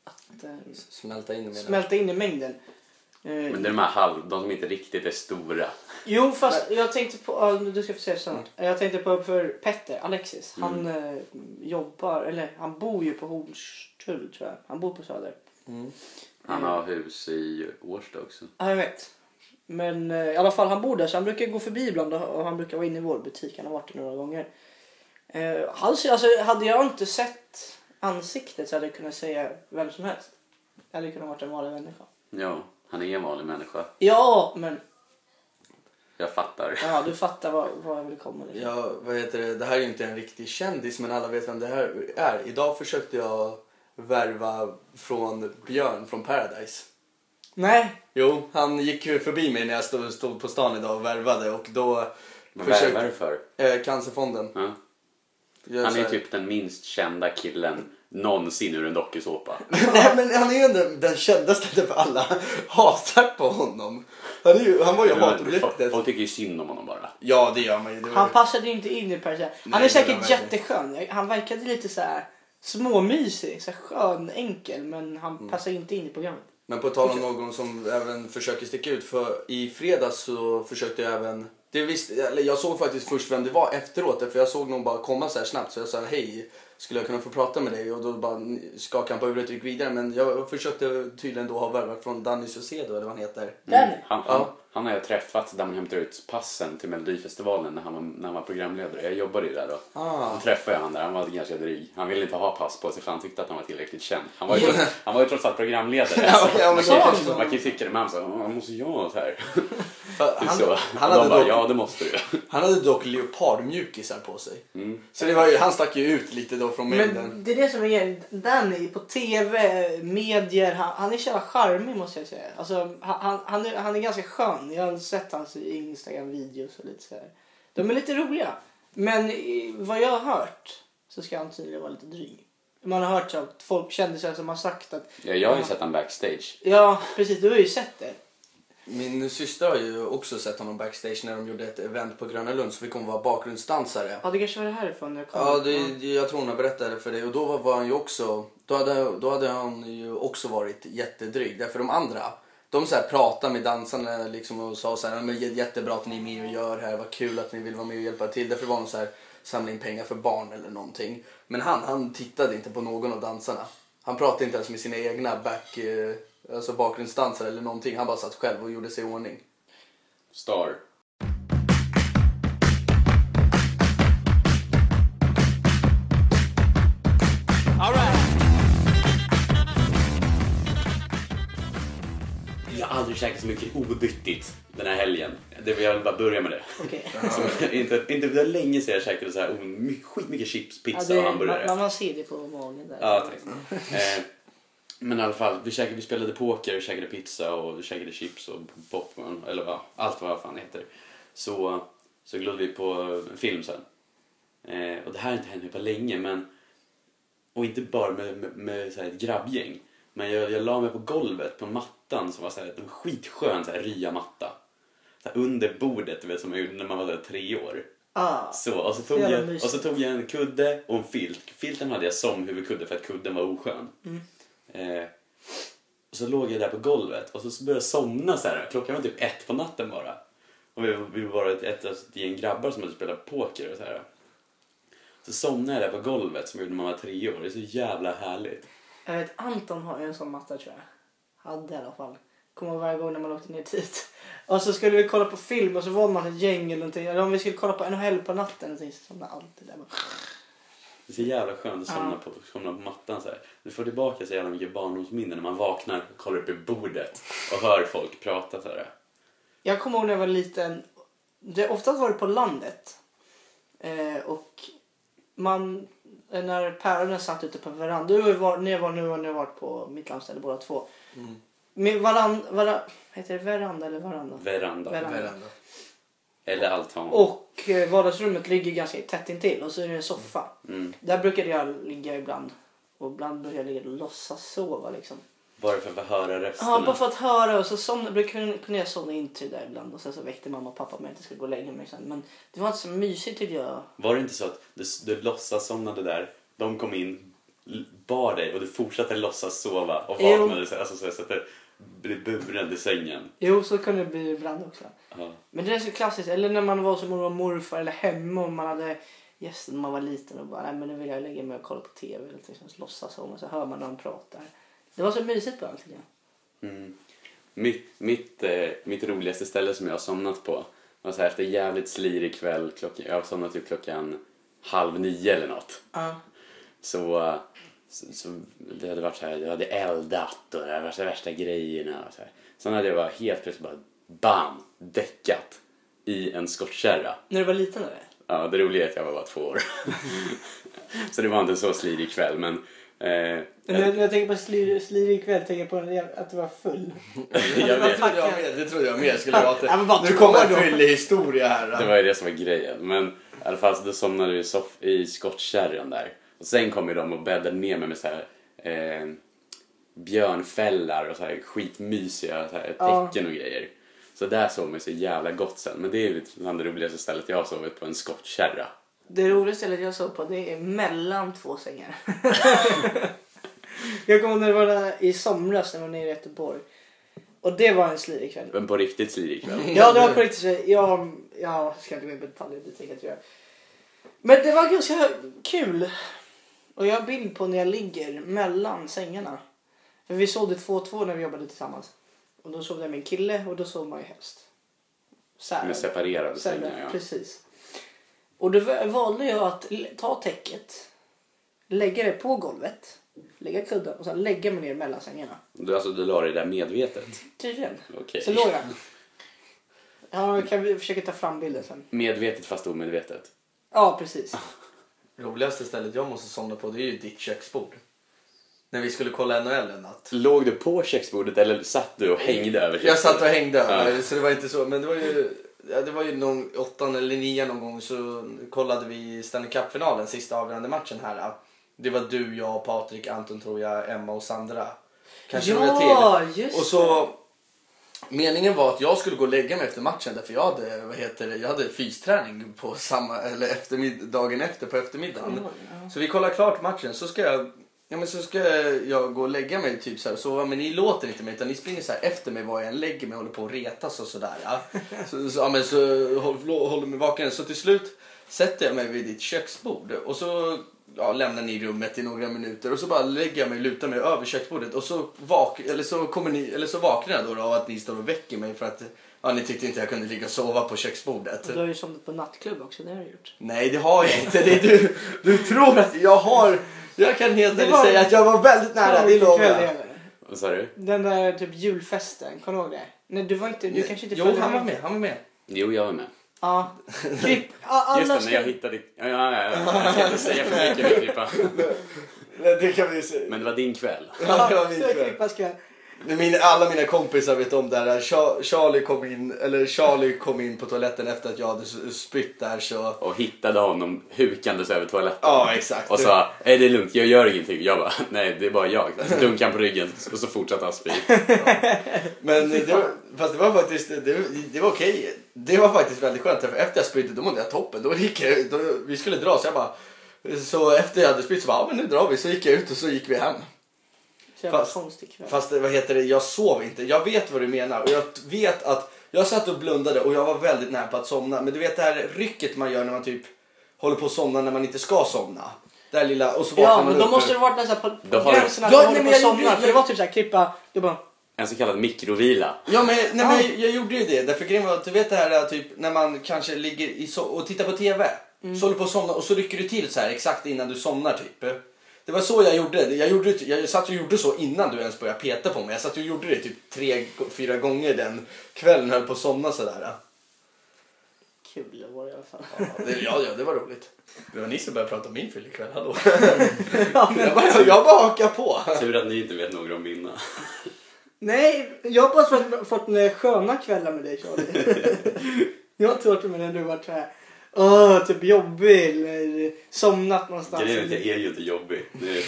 Speaker 1: att eh,
Speaker 3: Smälta in med
Speaker 1: smälta in i mängden. Eh,
Speaker 2: Men det är de här halv, de som inte riktigt är stora.
Speaker 1: Jo fast jag tänkte på, ja, du ska få säga det sen.
Speaker 2: Mm.
Speaker 1: Jag tänkte på för Petter, Alexis. Han eh, jobbar, eller han bor ju på Hornstull tror jag. Han bor på Söder.
Speaker 2: Han har hus i Årsta också.
Speaker 1: Ja, jag vet. Men eh, i alla fall, han bor där så han brukar gå förbi ibland och- och han brukar vara inne i vår butik. Han har varit där några gånger. Eh, han, ser- alltså, hade jag inte sett ansiktet så hade jag kunnat säga vem som helst. Jag hade kunnat vara en vanlig människa.
Speaker 2: Ja, han är en vanlig människa.
Speaker 1: Ja, men
Speaker 2: Jag fattar.
Speaker 1: ja, du fattar vad, vad jag vill komma till.
Speaker 3: Ja, vad heter det? Det här är ju inte en riktig kändis men alla vet vem det här är. Idag försökte jag värva från Björn från Paradise.
Speaker 1: Nej,
Speaker 3: Jo, han gick ju förbi mig när jag stod, stod på stan idag och värvade och då
Speaker 2: Men vad är
Speaker 3: försökte...
Speaker 2: vad är det för?
Speaker 3: Eh, cancerfonden.
Speaker 2: Ja.
Speaker 3: Jag
Speaker 2: Han är
Speaker 3: så
Speaker 2: ju
Speaker 3: här-
Speaker 2: typ den minst kända killen någonsin ur en dokusåpa.
Speaker 3: Nej men han är ju den, den kändaste därför alla hatar på honom. Han, är ju, han var ju
Speaker 2: Folk
Speaker 3: hatobjektet.
Speaker 2: folk tycker ju synd om honom bara.
Speaker 3: Ja det gör man ju. Det var
Speaker 1: han
Speaker 3: ju-
Speaker 1: passade ju inte in i Paradise. Han
Speaker 3: Nej,
Speaker 1: är
Speaker 3: det var
Speaker 1: säkert
Speaker 3: verkligen-
Speaker 1: jätteskön. Jag- Han verkade lite så här småmysig, så här skön, enkel, men han
Speaker 3: Mm.
Speaker 1: passade inte in i programmet.
Speaker 3: Men på tal om någon som även försöker sticka ut. För i fredags så försökte jag även... Det visst, eller jag såg faktiskt först vem det var efteråt. För jag såg någon bara komma så här snabbt. Så jag sa hej. skulle jag kunna få prata med dig? Och då bara skakade han på huvudet och gick vidare. Men jag försökte tydligen då ha värvat från Danny Saucedo eller vad han heter.
Speaker 1: Den?
Speaker 2: Han,
Speaker 3: Ja.
Speaker 2: han, han har jag träffat där man hämtar ut passen till Melodifestivalen när han var, när han var programledare. Jag jobbade ju där då.
Speaker 3: Ah.
Speaker 2: Då träffade jag han där. Han var ganska dryg. Han ville inte ha pass på sig för han tyckte att han var tillräckligt känd. Han var ju, trots- han var ju trots allt programledare.
Speaker 3: ja, men
Speaker 2: man,
Speaker 3: så
Speaker 2: kan,
Speaker 3: var det.
Speaker 2: man kan ju tycka det men han sa "Åh, måste jag ha något här?
Speaker 3: För
Speaker 2: Han,
Speaker 3: Han,
Speaker 2: så.
Speaker 3: han,
Speaker 2: Och de
Speaker 3: hade
Speaker 2: bara,
Speaker 3: dock,
Speaker 2: ja det måste du.
Speaker 3: han hade dock leopardmjukisar på sig.
Speaker 2: Mm.
Speaker 3: Så det var ju, han stack ju ut lite då från mängden.
Speaker 1: Men det är det som är grejen. Danny på tv, medier, han, han är så jävla charmig måste jag säga. Alltså, han, han, han, är, han är ganska skön. Jag har sett hans Instagram-videos och lite så här. De är lite roliga. Men i, vad jag har hört så ska han tydligen vara lite dryg. Man har hört så att folk, kändisar som har sagt att
Speaker 2: Ja, jag har ju sett han backstage.
Speaker 1: ja precis du har ju sett det.
Speaker 3: Min syster har ju också sett honom backstage när de gjorde ett event på Gröna Lund så fick hon vara bakgrundsdansare.
Speaker 1: Ja det kanske var det härifrån jag kom.
Speaker 3: Ja, det, det- jag tror hon har berättat det för dig. Och då var, var han ju också... Då hade, då hade han ju också varit jättedryg. Därför de andra, de så här pratade med dansarna liksom och sa så här, "Ja, men j- jättebra att ni är med och gör här, vad kul att ni vill vara med och hjälpa till. Därför var de så här, samla in pengar för barn eller någonting. Men han, han tittade inte på någon av dansarna. Han pratade inte ens med sina egna back, eh, alltså bakgrundsdansare eller någonting. Han bara satt själv och gjorde sig i ordning.
Speaker 2: Star. Jag har aldrig käkat så mycket obyttigt den här helgen. Det, jag vill bara börja med det.
Speaker 1: Okej.
Speaker 2: Som, inte, inte, det var länge sedan jag käkade så här, oh, my- skitmycket chips,
Speaker 1: Ja,
Speaker 2: pizza
Speaker 1: det,
Speaker 2: och
Speaker 1: man,
Speaker 2: hamburgare.
Speaker 1: man man ser det på magen där.
Speaker 2: Ja, tack. Eh, men i alla fall, vi, käkade, vi spelade poker, vi käkade pizza och vi käkade chips och popcorn, eller vad, allt vad fan det heter. Så, så glodde vi på en film sen. Eh, och det här har inte hänt mig på länge, men... Och inte bara med, med, med så här ett grabbgäng. Men jag, jag la mig på golvet på mattan som var så här, en skitskön så här, rya-matta. Så här, under bordet, du vet, som jag gjorde när man var så här, tre år.
Speaker 1: Ah.
Speaker 2: Så, och så, tog
Speaker 1: jävla
Speaker 2: jag, och
Speaker 1: mysigt.
Speaker 2: så tog jag en kudde och en filt. Filten hade jag som huvudkudde för att kudden var oskön.
Speaker 1: Mm.
Speaker 2: Eh, och så låg jag där på golvet och så började jag somna så här. Klockan var typ ett på natten bara. Och vi, vi var bara ett, ett, ett gäng grabbar som hade spelat poker och så här. Så somnade jag där på golvet som jag gjorde när man var tre år. Det är så jävla härligt.
Speaker 1: Jag vet Anton har ju en sån matta tror jag. Hade i alla fall. Kommer ihåg varje gång när man åkte ner dit. Och så skulle vi kolla på film och så var man ett gäng eller någonting. Eller om vi skulle kolla på NHL på natten eller någonting så somnade alltid där.
Speaker 2: Det är så jävla skönt att somna,
Speaker 1: Ja.
Speaker 2: på, somna på mattan så här. Du får tillbaka så jävla mycket barndomsminnen när man vaknar och kollar upp i bordet och hör folk prata så här.
Speaker 1: Jag kommer ihåg när jag var liten. Det oftast var det på landet. Eh, och man, eh, när päronen satt ute på verandan. Du har ju varit, ni har varit, nu har ni varit på mitt landställe båda två. Med varan, vara, heter det veranda eller varandra?
Speaker 2: Veranda.
Speaker 1: Veranda.
Speaker 3: Veranda.
Speaker 2: Eller altan.
Speaker 1: Och eh, vardagsrummet ligger ganska tätt intill och så är det en soffa.
Speaker 2: Mm.
Speaker 1: Där brukade jag ligga ibland. Och ibland brukade jag ligga och låtsas sova liksom.
Speaker 2: Bara för att få höra rösterna.
Speaker 1: Ja, bara för att höra och så somna, brukade, jag- kunde jag somna in till där ibland. Och sen så väckte mamma och pappa mig att jag skulle gå och lägga mig sen. Men det var inte så mysigt tyckte jag.
Speaker 2: Var det inte så att du, du låtsas somnade där, de kom in, l- bar dig och du fortsatte låtsas sova och
Speaker 1: Jo.
Speaker 2: vaknade så, alltså, så, här, så att du blev buren i sängen?
Speaker 1: Jo, så kunde det bli ibland också.
Speaker 2: Ja.
Speaker 1: Men det är så klassiskt. Eller när man var som mormor och morfar eller hemma och man hade gäster när man var liten och bara nej men nu vill jag lägga mig och kolla på tv eller liksom, låtsas som och så hör man när de pratar. Det var så mysigt ibland tycker jag.
Speaker 2: Mm. Mitt, mitt, eh, mitt roligaste ställe som jag har somnat på var så här efter jävligt slirig kväll, klockan, jag har somnat typ klockan halv nio eller något.
Speaker 1: Ja.
Speaker 2: Så, eh, så, så det hade varit så här, jag hade eldat och det hade varit de värsta grejerna. Och så här. Sen hade jag bara helt plötsligt bara bam, däckat i en skottkärra.
Speaker 1: När du var liten eller?
Speaker 2: Ja, det roliga är att jag var bara två år. så det var inte en så slidig kväll, men... Eh,
Speaker 1: När jag, när jag tänker på slir, slirig kväll tänker jag på den där- att du var full.
Speaker 2: jag
Speaker 3: Det
Speaker 2: vet,
Speaker 3: trodde jag med, det trodde jag med skulle vara att
Speaker 1: Ja, men bara
Speaker 3: Nu kommer
Speaker 1: två
Speaker 3: en
Speaker 1: då.
Speaker 3: fyllig historia här.
Speaker 2: det var ju det som var grejen. Men i alla fall, så då somnade jag i, soff- i skottkärran där. Och sen kom ju de och bäddade ner mig med så här, eh, björnfällar och så här skitmysiga så här,
Speaker 1: Ja.
Speaker 2: tecken och grejer. Så där sov man så jävla gott sen. Men det är ju lite bland det roligaste stället jag har sovit på, en skottkärra.
Speaker 1: Det roligaste stället jag sov på det är mellan två sängar. jag kommer ihåg när det var där i somras när jag var nere i Göteborg. Och det var en slirig kväll.
Speaker 2: Men på riktigt slidig kväll.
Speaker 1: Ja det var på riktigt så jag, har- jag ska inte gå in på detaljer det tänker jag inte göra. Men det var ganska kul. Och jag har bild på när jag ligger mellan sängarna. För vi sov det två och två när vi jobbade tillsammans. Och då sov jag med en kille och då sov man ju häst. Sär.
Speaker 2: Med separerade
Speaker 1: Sär-
Speaker 2: sängar, ja.
Speaker 1: Precis. Och då va- valde jag att l- ta täcket, lägga det på golvet, lägga kudden och sen lägga mig ner mellan sängarna.
Speaker 2: Du, alltså, du la dig där medvetet?
Speaker 1: Tydligen.
Speaker 2: Okej.
Speaker 1: Så låg jag. Ja, kan vi försöka ta fram bilden sen?
Speaker 2: Medvetet fast omedvetet?
Speaker 1: Ja, precis.
Speaker 3: Roligaste stället jag måste somna på det är ju ditt köksbord. När vi skulle kolla NHL en natt.
Speaker 2: Låg du på köksbordet eller satt du och hängde över
Speaker 3: Jag satt och
Speaker 2: köksbordet?
Speaker 3: hängde över,
Speaker 2: Ja.
Speaker 3: så det var inte så. Men det var ju, ja, det var ju någon, åttan eller nian någon gång så kollade vi Stanley Cup-finalen, sista avgörande matchen här. Det var du, jag, Patrik, Anton tror jag, Emma och Sandra. Kanske
Speaker 1: Ja,
Speaker 3: några till.
Speaker 1: just
Speaker 3: och så, meningen var att jag skulle gå och lägga mig efter matchen därför jag hade, vad heter det, jag hade fysträning på samma, eller eftermid- dagen efter på eftermiddagen.
Speaker 1: Kommer ihåg, ja.
Speaker 3: Så vi kollar klart matchen så ska jag Ja, men så ska jag gå och lägga mig typ så här och sova men ni låter inte mig utan ni springer så här efter mig var jag än lägger mig och håller på och retas och sådär. Ja. Så, så, ja, men så håll- håller mig vaken. Så till slut sätter jag mig vid ditt köksbord och så ja, lämnar ni rummet i några minuter och så bara lägger jag mig och lutar mig över köksbordet och så, vak- eller så, kommer ni, eller så vaknar jag då av att ni står och väcker mig för att ja, ni tyckte inte jag kunde ligga och sova på köksbordet.
Speaker 1: Du har ju somnat på nattklubb också, det har du gjort.
Speaker 3: Nej, det har jag inte. Det är du, du tror att jag har... Jag kan helt
Speaker 1: Det
Speaker 3: ärligt
Speaker 1: var-
Speaker 3: säga att jag var väldigt nära, det lovar jag.
Speaker 2: Vad sa du?
Speaker 1: Den där typ julfesten, kommer du ihåg det? Nej, du var inte, du kanske inte
Speaker 3: jo,
Speaker 1: följde
Speaker 3: han var med. Han var med.
Speaker 2: Jo, jag var med.
Speaker 1: Ja. Klipp, ja, alla
Speaker 2: Just det,
Speaker 1: ska-
Speaker 2: när jag hittade... Ja, ja, ja, ja. Jag ska inte säga för mycket nu, Klippan.
Speaker 3: Det kan vi se.
Speaker 2: Men det var din kväll.
Speaker 3: Ja, det var min
Speaker 1: Det var
Speaker 3: kväll.
Speaker 1: Klippas kväll.
Speaker 3: Min, alla mina kompisar vet om det här. Cha- Charlie kom, in, eller Charlie kom in på toaletten efter att jag hade s- spytt där så...
Speaker 2: Och hittade honom hukandes över toaletten.
Speaker 3: Ja, exakt.
Speaker 2: Och sa är det är lugnt, jag gör ingenting. Jag bara, nej det är bara jag. Dunkade han på ryggen och så fortsatte han spy.
Speaker 3: Men det var, fast det var faktiskt, det, det var okej. Det var faktiskt väldigt skönt för efter jag spydde då mådde jag toppen. Då gick jag, då, vi skulle dra så jag bara, så efter jag hade spytt så bara, ja men nu drar vi. Så gick jag ut och så gick vi hem.
Speaker 1: Så jävla
Speaker 3: Fast-
Speaker 1: konstig kväll.
Speaker 3: Fast vad heter det, jag sov inte. Jag vet vad du menar och jag vet att jag satt och blundade och jag var väldigt nära på att somna. Men du vet det här rycket man gör när man typ håller på att somna när man inte ska somna. Det här lilla, och så vaknar
Speaker 1: Ja,
Speaker 3: man
Speaker 1: men då
Speaker 3: upp
Speaker 1: måste
Speaker 3: ur-
Speaker 1: det varit nästan på
Speaker 2: Då har du-
Speaker 1: gränsen att
Speaker 3: Ja,
Speaker 1: man
Speaker 3: nej,
Speaker 1: håller på
Speaker 3: men
Speaker 1: att
Speaker 3: jag gjorde-
Speaker 1: somna. För det var typ såhär klippa, du bara...
Speaker 2: En så kallad mikrovila.
Speaker 3: Ja, men, nej, men
Speaker 1: Ah.
Speaker 3: jag, jag gjorde ju det. Därför grejen var att du vet det här typ när man kanske ligger i so- och tittar på TV. Så håller du på att somna och så rycker du till så här exakt innan du somnar typ. Det var så jag gjorde. Jag, gjorde, det- jag satt och gjorde så innan du ens började peta på mig. Jag satt och gjorde det typ tre, fyra gånger den kvällen. Höll på att somna sådär.
Speaker 1: Kul var det i alla fall.
Speaker 3: Ja, det, ja, ja, det var roligt. Det var ni som började prata om min fyllekväll, hallå.
Speaker 1: Ja, men-
Speaker 3: Jag bara, jag bara hakar på.
Speaker 2: Tur att ni inte vet några om mina.
Speaker 1: Nej, jag har bara fått, fått några sköna kvällar med dig Charlie. jag har inte varit med när du har varit såhär, åh, typ jobbig eller somnat någonstans.
Speaker 2: Grejen är att jag är ju inte jobbig. Det är-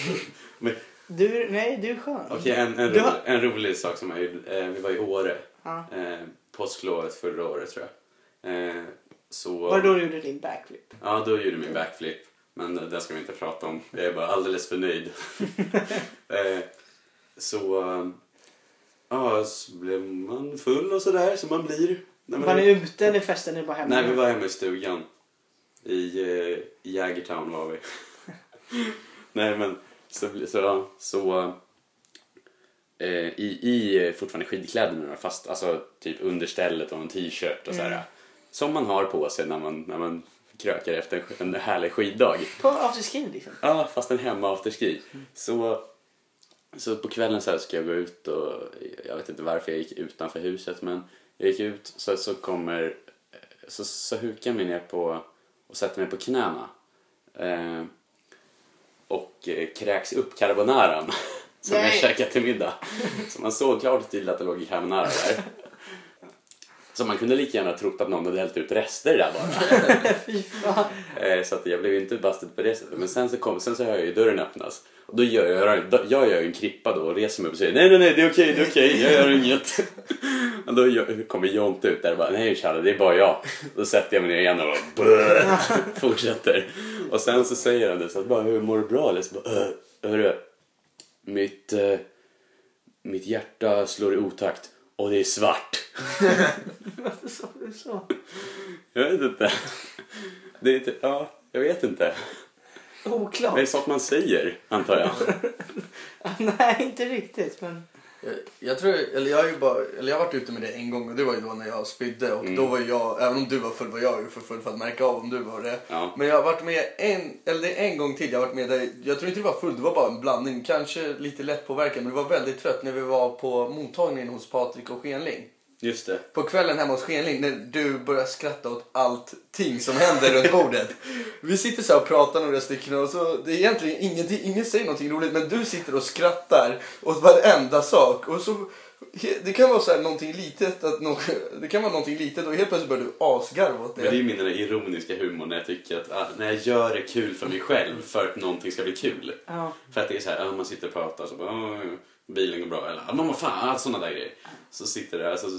Speaker 2: Men
Speaker 1: Du, nej, du är skön.
Speaker 2: Okej, en, en,
Speaker 1: Du
Speaker 2: rolig,
Speaker 1: har-
Speaker 2: en rolig sak som jag gjorde. Eh, vi var i Åre.
Speaker 1: Ja.
Speaker 2: Eh, påsklovet förra året tror jag. Eh, så...
Speaker 1: Var det då du gjorde din backflip?
Speaker 2: Ja, då gjorde min backflip. Men eh, den ska vi inte prata om. Jag är bara alldeles för nöjd. eh, så... eh, Ja, så blev man full och sådär, som man blir. när
Speaker 1: Var ni ute eller festen eller bara hemma?
Speaker 2: Nej, vi var hemma i stugan. I eh, i Jägertown var vi. Nej, men så... så, så eh, i, I eh, fortfarande skidkläderna fast alltså typ understället och en t-shirt och sådär. Som man har på sig när man, när man krökar efter en, sk- en härlig skiddag.
Speaker 1: På afterskin liksom?
Speaker 2: Ja, fast en hemma afterski. Så, så på kvällen så här ska jag gå ut och jag vet inte varför jag gick utanför huset men jag gick ut så, så kommer så, så hukar jag mig ner på och sätter mig på knäna. Eh, och eh, kräks upp carbonaran som
Speaker 1: Nej.
Speaker 2: jag käkat till middag. Så man såg klart och tydligt att det låg i carbonara där. Så man kunde lika gärna trott att någon hade hällt ut rester där bara.
Speaker 1: Fy fan.
Speaker 2: Eh, Så att jag blev inte busted på det sättet. Men sen så, kom, sen så hör jag ju dörren öppnas. Och då gör jag, då- jag gör ju en krippa då och reser mig upp och säger nej, nej, nej, det är okej, det är okej, jag gör inget. Och då gör- kommer Jont ut där och bara nej Charlie, det är bara jag. Då sätter jag mig ner igen och bara "Bäh", fortsätter. Och sen så säger han det så att bara hur mår du bra eller? Så bara "Äh, hörru, mitt, eh, mitt hjärta slår i otakt och det är svart.
Speaker 1: Varför sa du så?
Speaker 2: Jag vet inte. Det är inte, ja, jag vet inte.
Speaker 1: Oklart.
Speaker 2: Det är sånt man säger, antar jag.
Speaker 1: Nej, inte riktigt. Men...
Speaker 3: Jag, Eh, jag tror, eller jag har ju bara, eller jag har varit ute med det en gång och det var ju då när jag spydde och då var ju jag, även om du var full var jag ju för full för att märka av om du var det.
Speaker 2: Ja.
Speaker 3: Men jag har varit med en, eller det är en gång till jag har varit med dig, jag tror inte du var full, du var bara en blandning, kanske lite lätt påverkad men du var väldigt trött när vi var på mottagningen hos Patrik och Skenling.
Speaker 2: Just det.
Speaker 3: På kvällen hemma hos Skenling när du börjar skratta åt allting som händer runt bordet. Vi sitter så här och pratar några stycken och så, det är egentligen ingenting, ingen säger någonting roligt men du sitter och skrattar åt varenda sak. Och så, det kan vara så här någonting litet, att nå, det kan vara någonting litet och helt plötsligt börjar du asgarva åt
Speaker 2: Men det är
Speaker 3: det.
Speaker 2: ju min den där ironiska humor när jag tycker att ah, när jag gör det kul för mig själv för att någonting ska bli kul.
Speaker 1: Ja.
Speaker 2: För att det är så här, ah, man sitter och pratar så bara, "Åh, bilen går bra eller ah, mamma fan, ah, sådana där grejer. Så sitter jag där så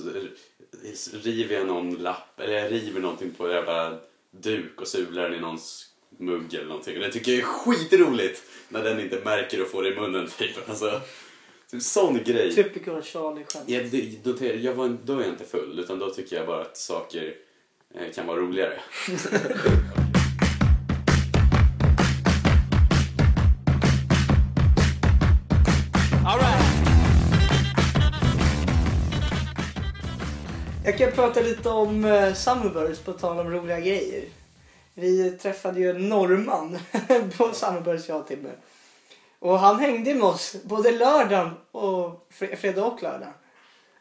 Speaker 2: så river jag någon lapp eller jag river någonting på en jävla duk och sular den i någons mugg eller någonting. Och det tycker jag är skitroligt när den inte märker och får det i munnen typ. Alltså, typ sån grej.
Speaker 1: Typical Charlie-skämt.
Speaker 2: Ja, det, då, jag var, då är jag inte full, utan då tycker jag bara att saker eh, kan vara roligare.
Speaker 1: Jag kan prata lite om eh, Summerburst på tal om roliga grejer. Vi träffade ju en norrman på Summerburst jag och Tibbe. Och han hängde med oss både lördagen och fre- fredag och lördag.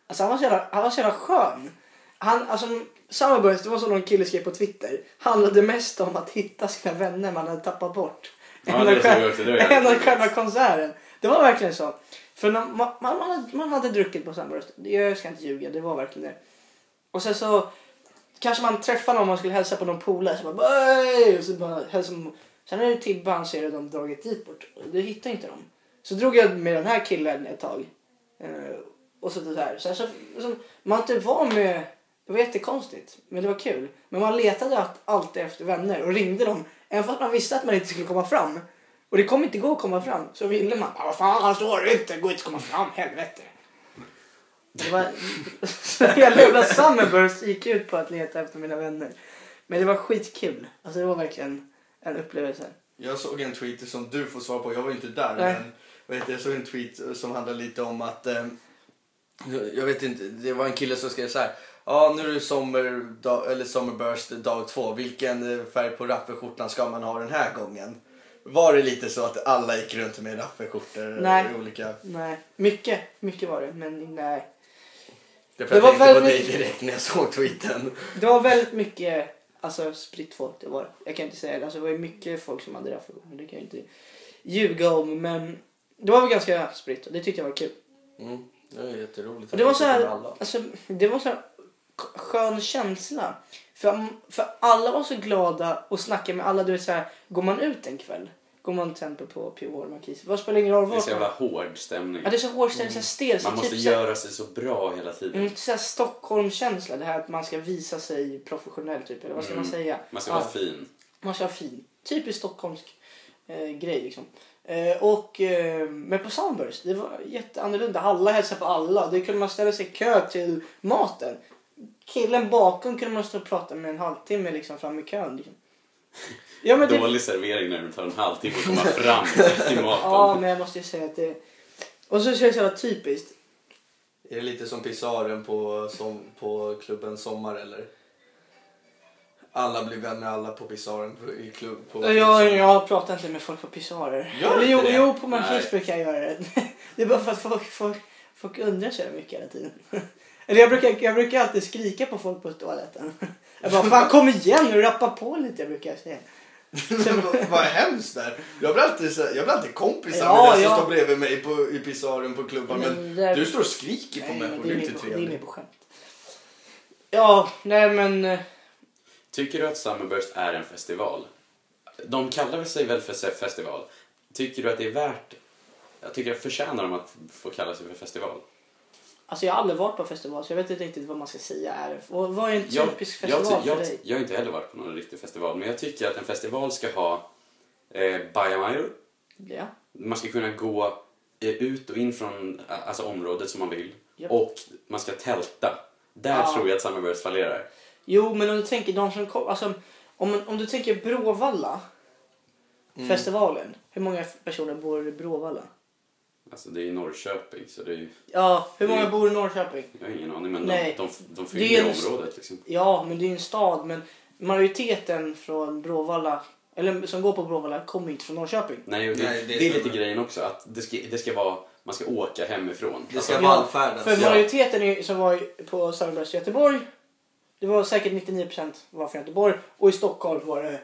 Speaker 1: Alltså han var så jävla, han var så jävla skön. Han, alltså, Summerburst, det var som någon kille skrev på Twitter, handlade mest om att hitta sina vänner man hade tappat bort.
Speaker 2: Ja,
Speaker 1: Än
Speaker 2: det
Speaker 1: att
Speaker 2: såg jag
Speaker 1: själv-
Speaker 2: också, det var jävligt
Speaker 1: än att
Speaker 2: roligt.
Speaker 1: själva konserten. Det var verkligen så. För när man, man, man, hade, man hade druckit på Summerburst. Jag ska inte ljuga, det var verkligen det. Och sen så kanske man träffar någon man skulle hälsa på någon polare. Så bara "Oj!" och så bara hälsar man. Sen är det Tibbe han ser hur de dragit dit bort. Och Du hittar inte dem. Så drog jag med den här killen ett tag. Eh, och så det där. Sen så, så, man typ var med. Det var jättekonstigt. Men det var kul. Men man letade allt- alltid efter vänner och ringde dem. Även fast man visste att man inte skulle komma fram. Och det kommer inte gå att komma fram. Så ville man. "Ah, Vad fan, han står inte. Det går inte att komma fram. Helvete. Det var... Så hela jävla Summerburst gick ut på att leta efter mina vänner. Men det var skitkul. Alltså det var verkligen en upplevelse.
Speaker 3: Jag såg en tweet som du får svara på, jag var ju inte där
Speaker 1: Nej.
Speaker 3: men vet, du, jag såg en tweet som handlade lite om att eh, jag vet inte, det var en kille som skrev så här. Ja, nu är det sommardag, eller Summerburst dag två. Vilken eh, färg på raffelskjortan ska man ha den här gången? Var det lite så att alla gick runt med raffelskjortor?
Speaker 1: Nej.
Speaker 3: i Olika...
Speaker 1: Nej, mycket, mycket var det. Men nej.
Speaker 3: Det, det
Speaker 1: var
Speaker 3: var jag tänkte på dig
Speaker 1: väldigt-
Speaker 3: direkt när jag såg tweeten.
Speaker 1: Det var väldigt mycket alltså, spritt folk. Det var. Jag kan inte säga det. Alltså, det var ju mycket folk som hade raffelskjortor. Det kan jag inte ljuga om. Men det var väl ganska spritt och det tyckte jag var kul.
Speaker 3: Mm, det var jätteroligt.
Speaker 1: Och det var så
Speaker 2: typ
Speaker 1: här,
Speaker 3: Alla.
Speaker 1: alltså, det var så här k- skön känsla. För, för alla var så glada och snackade med alla. Du vet så här, går man ut en kväll, går man till exempel på Pure Markis. Vad spelar ingen roll
Speaker 2: Det är
Speaker 1: vart
Speaker 2: så
Speaker 1: man
Speaker 2: jävla hård stämning.
Speaker 1: Ja, det är så hård stämning, så här stel. Så
Speaker 2: Man måste
Speaker 1: typ så
Speaker 2: göra sig så bra hela
Speaker 1: här,
Speaker 2: tiden.
Speaker 1: mm, så här Stockholmskänsla, det här att man ska visa sig professionell typ. Eller vad ska
Speaker 2: Mm.
Speaker 1: man säga?
Speaker 2: Man ska
Speaker 1: Ja.
Speaker 2: vara fin.
Speaker 1: Man ska vara fin. Typisk stockholmsk eh, grej liksom. Eh, och, eh, men på Sunburst, det var jätteannorlunda. Alla hälsade på alla. Det kunde man ställa sig i kö till maten. Killen bakom kunde man stå och prata med en halvtimme liksom, fram i kön. Liksom. Ja, men typ- det,
Speaker 2: Dålig servering när det tar en halvtimme att komma fram till
Speaker 1: ja,
Speaker 2: maten.
Speaker 1: men jag måste ju säga att det... Och så känns det så jävla typiskt.
Speaker 3: Är det lite som pisaren på, som, på klubben Sommar eller? Alla blir vänner alla på pisaren på, i klubb. På
Speaker 1: Jag, jag pratar inte med folk på pissoarer.
Speaker 3: Gör du
Speaker 1: jo,
Speaker 3: inte det?
Speaker 1: jo, på
Speaker 2: Nej.
Speaker 1: Marquis brukar jag göra det. Det är bara för att folk, folk, folk undrar så jävla mycket hela tiden. Eller jag brukar, jag brukar alltid skrika på folk på toaletten. Jag bara, fan kom igen nu, rappa på lite brukar jag säga.
Speaker 3: Vad- Vad hemskt där. Jag blir alltid, så- jag blir alltid kompisar
Speaker 1: Ja,
Speaker 3: med den
Speaker 1: ja.
Speaker 3: som står bredvid mig på, i pisaren på klubbar. Men,
Speaker 1: Men det där-
Speaker 3: du står och skriker på
Speaker 1: Nej, men
Speaker 3: människor.
Speaker 1: det
Speaker 3: Det
Speaker 1: är
Speaker 3: är
Speaker 1: mer
Speaker 3: inte
Speaker 1: på- det är mer
Speaker 3: trevligt.
Speaker 1: på skämt. Ja, nej men. eh,
Speaker 2: Tycker du att Summerburst är en festival? De kallar sig väl för festival? Tycker du att det är värt jag tycker jag förtjänar de att få kalla sig för festival.
Speaker 1: Alltså jag har aldrig varit på festival så jag vet inte riktigt vad man ska säga. Är. Vad vad är en
Speaker 2: Jag-
Speaker 1: typisk
Speaker 2: jag,
Speaker 1: festival
Speaker 2: jag, jag,
Speaker 1: för dig?
Speaker 2: har inte heller varit på någon riktig festival, men jag tycker att en festival ska ha eh, bajamajor.
Speaker 1: Ja.
Speaker 2: Man ska kunna gå eh, ut och in från eh, alltså, området som man vill.
Speaker 1: Japp.
Speaker 2: Och man ska tälta. Där
Speaker 1: Ja.
Speaker 2: tror jag att Summerburst fallerar.
Speaker 1: Jo, men om du tänker de som kom, alltså, om, om du tänker Bråvalla.
Speaker 2: Mm.
Speaker 1: Festivalen. Hur många personer bor i Bråvalla?
Speaker 2: Alltså det är ju Norrköping så det är ju...
Speaker 1: Ja, hur många
Speaker 2: Mm.
Speaker 1: bor i Norrköping?
Speaker 2: Jag har ingen aning men de,
Speaker 1: Nej.
Speaker 2: de,
Speaker 1: Det
Speaker 2: de
Speaker 1: är
Speaker 2: fyller
Speaker 1: ju-
Speaker 2: området liksom.
Speaker 1: Ja, men det är ju en stad. Men majoriteten från Bråvalla, eller som går på Bråvalla, kommer inte från Norrköping.
Speaker 2: Nej, och det,
Speaker 3: Nej,
Speaker 2: det,
Speaker 3: det
Speaker 2: är
Speaker 3: stämmer.
Speaker 2: lite grejen också att det ska, det ska vara, man ska åka hemifrån.
Speaker 3: Det ska
Speaker 2: alltså,
Speaker 3: vallfärdas.
Speaker 1: För
Speaker 3: Ja.
Speaker 1: majoriteten är, som var på Sandbergs i Göteborg, det var säkert 99% var från Göteborg och i Stockholm var det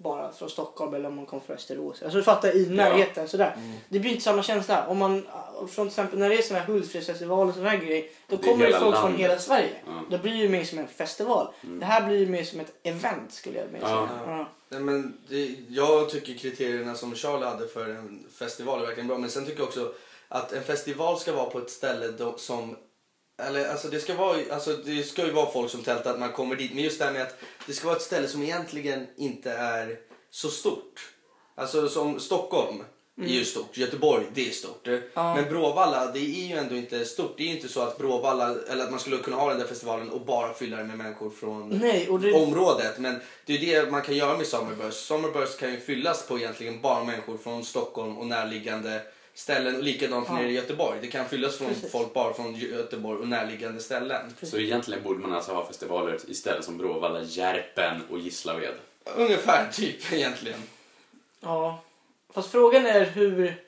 Speaker 1: bara från Stockholm eller om man kom från Västerås. Alltså du fattar i närheten sådär.
Speaker 2: Mm.
Speaker 1: Det blir inte samma känsla. Om man, från till exempel när det är sådana här Hultsfredsfestival och sådana här grejer, då
Speaker 2: Det är
Speaker 1: kommer det
Speaker 2: hela
Speaker 1: folk från
Speaker 2: landet.
Speaker 1: hela Sverige.
Speaker 2: Ja. Mm.
Speaker 1: Då blir det ju mer som en festival. Det här blir ju mer som ett event skulle jag vilja
Speaker 2: Ja.
Speaker 1: säga. Ja.
Speaker 3: Nej, men det, jag tycker kriterierna som Charlie hade för en festival är verkligen bra. Men sen tycker jag också att en festival ska vara på ett ställe då, som... Eller, alltså, det, ska vara, alltså, det ska ju vara folk som tältar att man kommer dit. Men just det här med att det ska vara ett ställe som egentligen inte är så stort. Alltså som Stockholm är ju stort. Göteborg, det är stort.
Speaker 1: Mm. Ja.
Speaker 3: Men Bråvalla, det är ju ändå inte stort. Det är ju inte så att Bråvalla, eller att man skulle kunna ha den där festivalen och bara fylla den med människor från
Speaker 1: Nej, och det,
Speaker 3: området. Men det är ju det man kan göra med Summerburst. Summerburst kan ju fyllas på egentligen bara människor från Stockholm och närliggande ställen. Och likadant
Speaker 1: Ja.
Speaker 3: nere i Göteborg. Det kan fyllas från
Speaker 1: Precis.
Speaker 3: folk bara från Göteborg och närliggande ställen.
Speaker 2: Så egentligen borde man alltså ha festivaler istället som Bråvalla, Järpen och Gislaved.
Speaker 3: Ungefär typ egentligen.
Speaker 1: Ja. Fast frågan är hur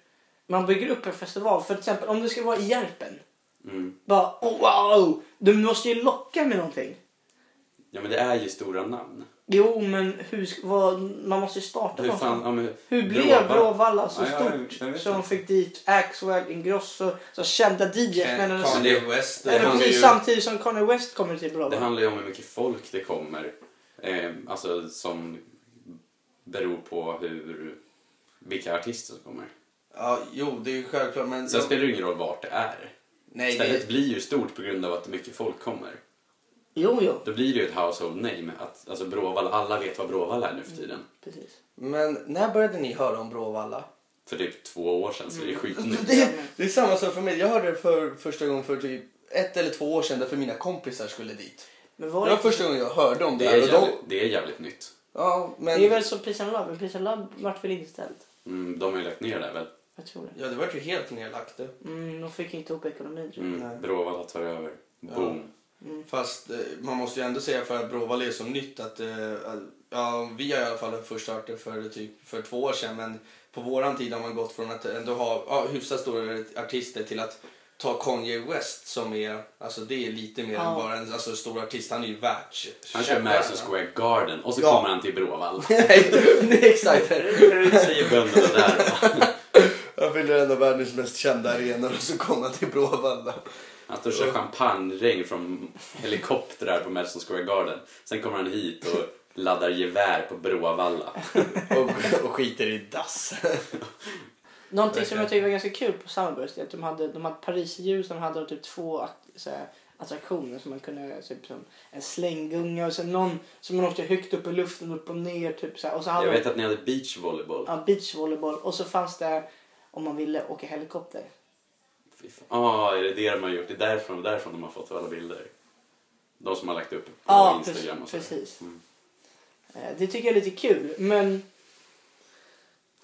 Speaker 1: man bygger upp en festival. För till exempel om det ska vara i Järpen.
Speaker 2: Mm.
Speaker 1: Bara oh, wow! Du måste ju locka med någonting.
Speaker 2: Ja men det är ju stora namn.
Speaker 1: Jo men hur, sk- vad, man måste ju starta
Speaker 2: Hur, fan,
Speaker 1: någonstans.
Speaker 2: ja, men,
Speaker 1: Hur blev Bråvalla så
Speaker 2: Ja, ja, jag-
Speaker 1: stort?
Speaker 2: jag vet
Speaker 1: så de
Speaker 2: inte.
Speaker 1: fick dit Axwell, Ingrosso, så kända DJs. Men ändå-
Speaker 2: Fan,
Speaker 3: Kanye West.
Speaker 2: det
Speaker 1: Eller
Speaker 2: handlar
Speaker 1: precis
Speaker 2: ju-
Speaker 1: samtidigt som Kanye West kommer till
Speaker 2: Det
Speaker 1: Bråvalla.
Speaker 2: handlar ju om hur mycket folk det kommer. Eh, alltså som beror på hur, vilka artister som kommer.
Speaker 3: Ja, jo, det är ju självklart. Men...
Speaker 2: Sen spelar det ingen roll vart det är.
Speaker 3: Nej,
Speaker 2: Stället
Speaker 3: det...
Speaker 2: blir ju stort på grund av att mycket folk kommer.
Speaker 1: Jo, jo.
Speaker 2: Då blir det ju ett household name. Att, alltså Bråvalla, alla vet vad Bråvalla är nu för tiden.
Speaker 1: Precis.
Speaker 3: Men när började ni höra om Bråvalla?
Speaker 2: För typ två år sedan så det är skitnytt.
Speaker 3: Mm. Det, det är samma sak för mig. Jag hörde det för första gången för typ ett eller två år sedan därför mina kompisar skulle dit.
Speaker 1: Men
Speaker 3: Det
Speaker 1: var
Speaker 3: var
Speaker 1: det,
Speaker 3: första gången jag hörde om det,
Speaker 2: Det är
Speaker 3: här. Och de,
Speaker 2: jävligt, det är jävligt nytt.
Speaker 3: Ja, men...
Speaker 1: det är väl som Peace and Love, men Peace and Love vart väl inställt?
Speaker 2: Mm, de har ju lagt ner det här väl.
Speaker 1: Jag tror det.
Speaker 3: Ja, det var ju helt nedlagt det.
Speaker 1: Mm, de fick inte ihop ekonomin tror jag. Mm.
Speaker 3: Nej.
Speaker 2: Mm, Bråvalla tar över. Boom.
Speaker 3: Fast eh, man måste ju ändå säga för att Bråvalla är så nytt att... Eh, att- ja, vi har i alla fall först hört det för typ för två år sedan men på våran tid har man gått från att ändå ha ja, hyfsat stora artister till att ta Kanye West som är... Alltså det är lite mer
Speaker 1: Ja.
Speaker 3: än bara en alltså, stor artist. Han är ju världs...
Speaker 2: Han kör Madison Square Garden och så
Speaker 3: Ja.
Speaker 2: kommer han till Bråvalla.
Speaker 3: Nej, nej, exakt.
Speaker 2: säger bönderna där. va?
Speaker 3: Han fyller en av världens mest kända arenor och så kommer han till Bråvalla.
Speaker 2: Han står och kör champagneregn från helikoptrar på Madison Square Garden. Sen kommer han hit och laddar gevär på Bråvalla.
Speaker 3: Och, och skiter i dass.
Speaker 1: Någonting som
Speaker 3: Verkligen.
Speaker 1: jag tyckte var ganska kul på Summerburst är att de hade, de hade Parisljusen hade de typ två att, så här, attraktioner som man kunde, typ som en slänggunga och sen någon som man åkte högt upp i luften, upp och ner typ så här. Och så hade
Speaker 2: Jag vet
Speaker 1: de
Speaker 2: att ni hade beachvolleyboll.
Speaker 1: ja, beachvolleyboll och så fanns det om man ville åka helikopter.
Speaker 2: Fy fan. Ah, är det det de har gjort? Det är därifrån, därifrån de har fått alla bilder. De som har lagt upp på
Speaker 1: Ja,
Speaker 2: Instagram och
Speaker 1: precis,
Speaker 2: sådär.
Speaker 1: precis.
Speaker 2: Mm.
Speaker 1: Eh, Det tycker jag är lite kul men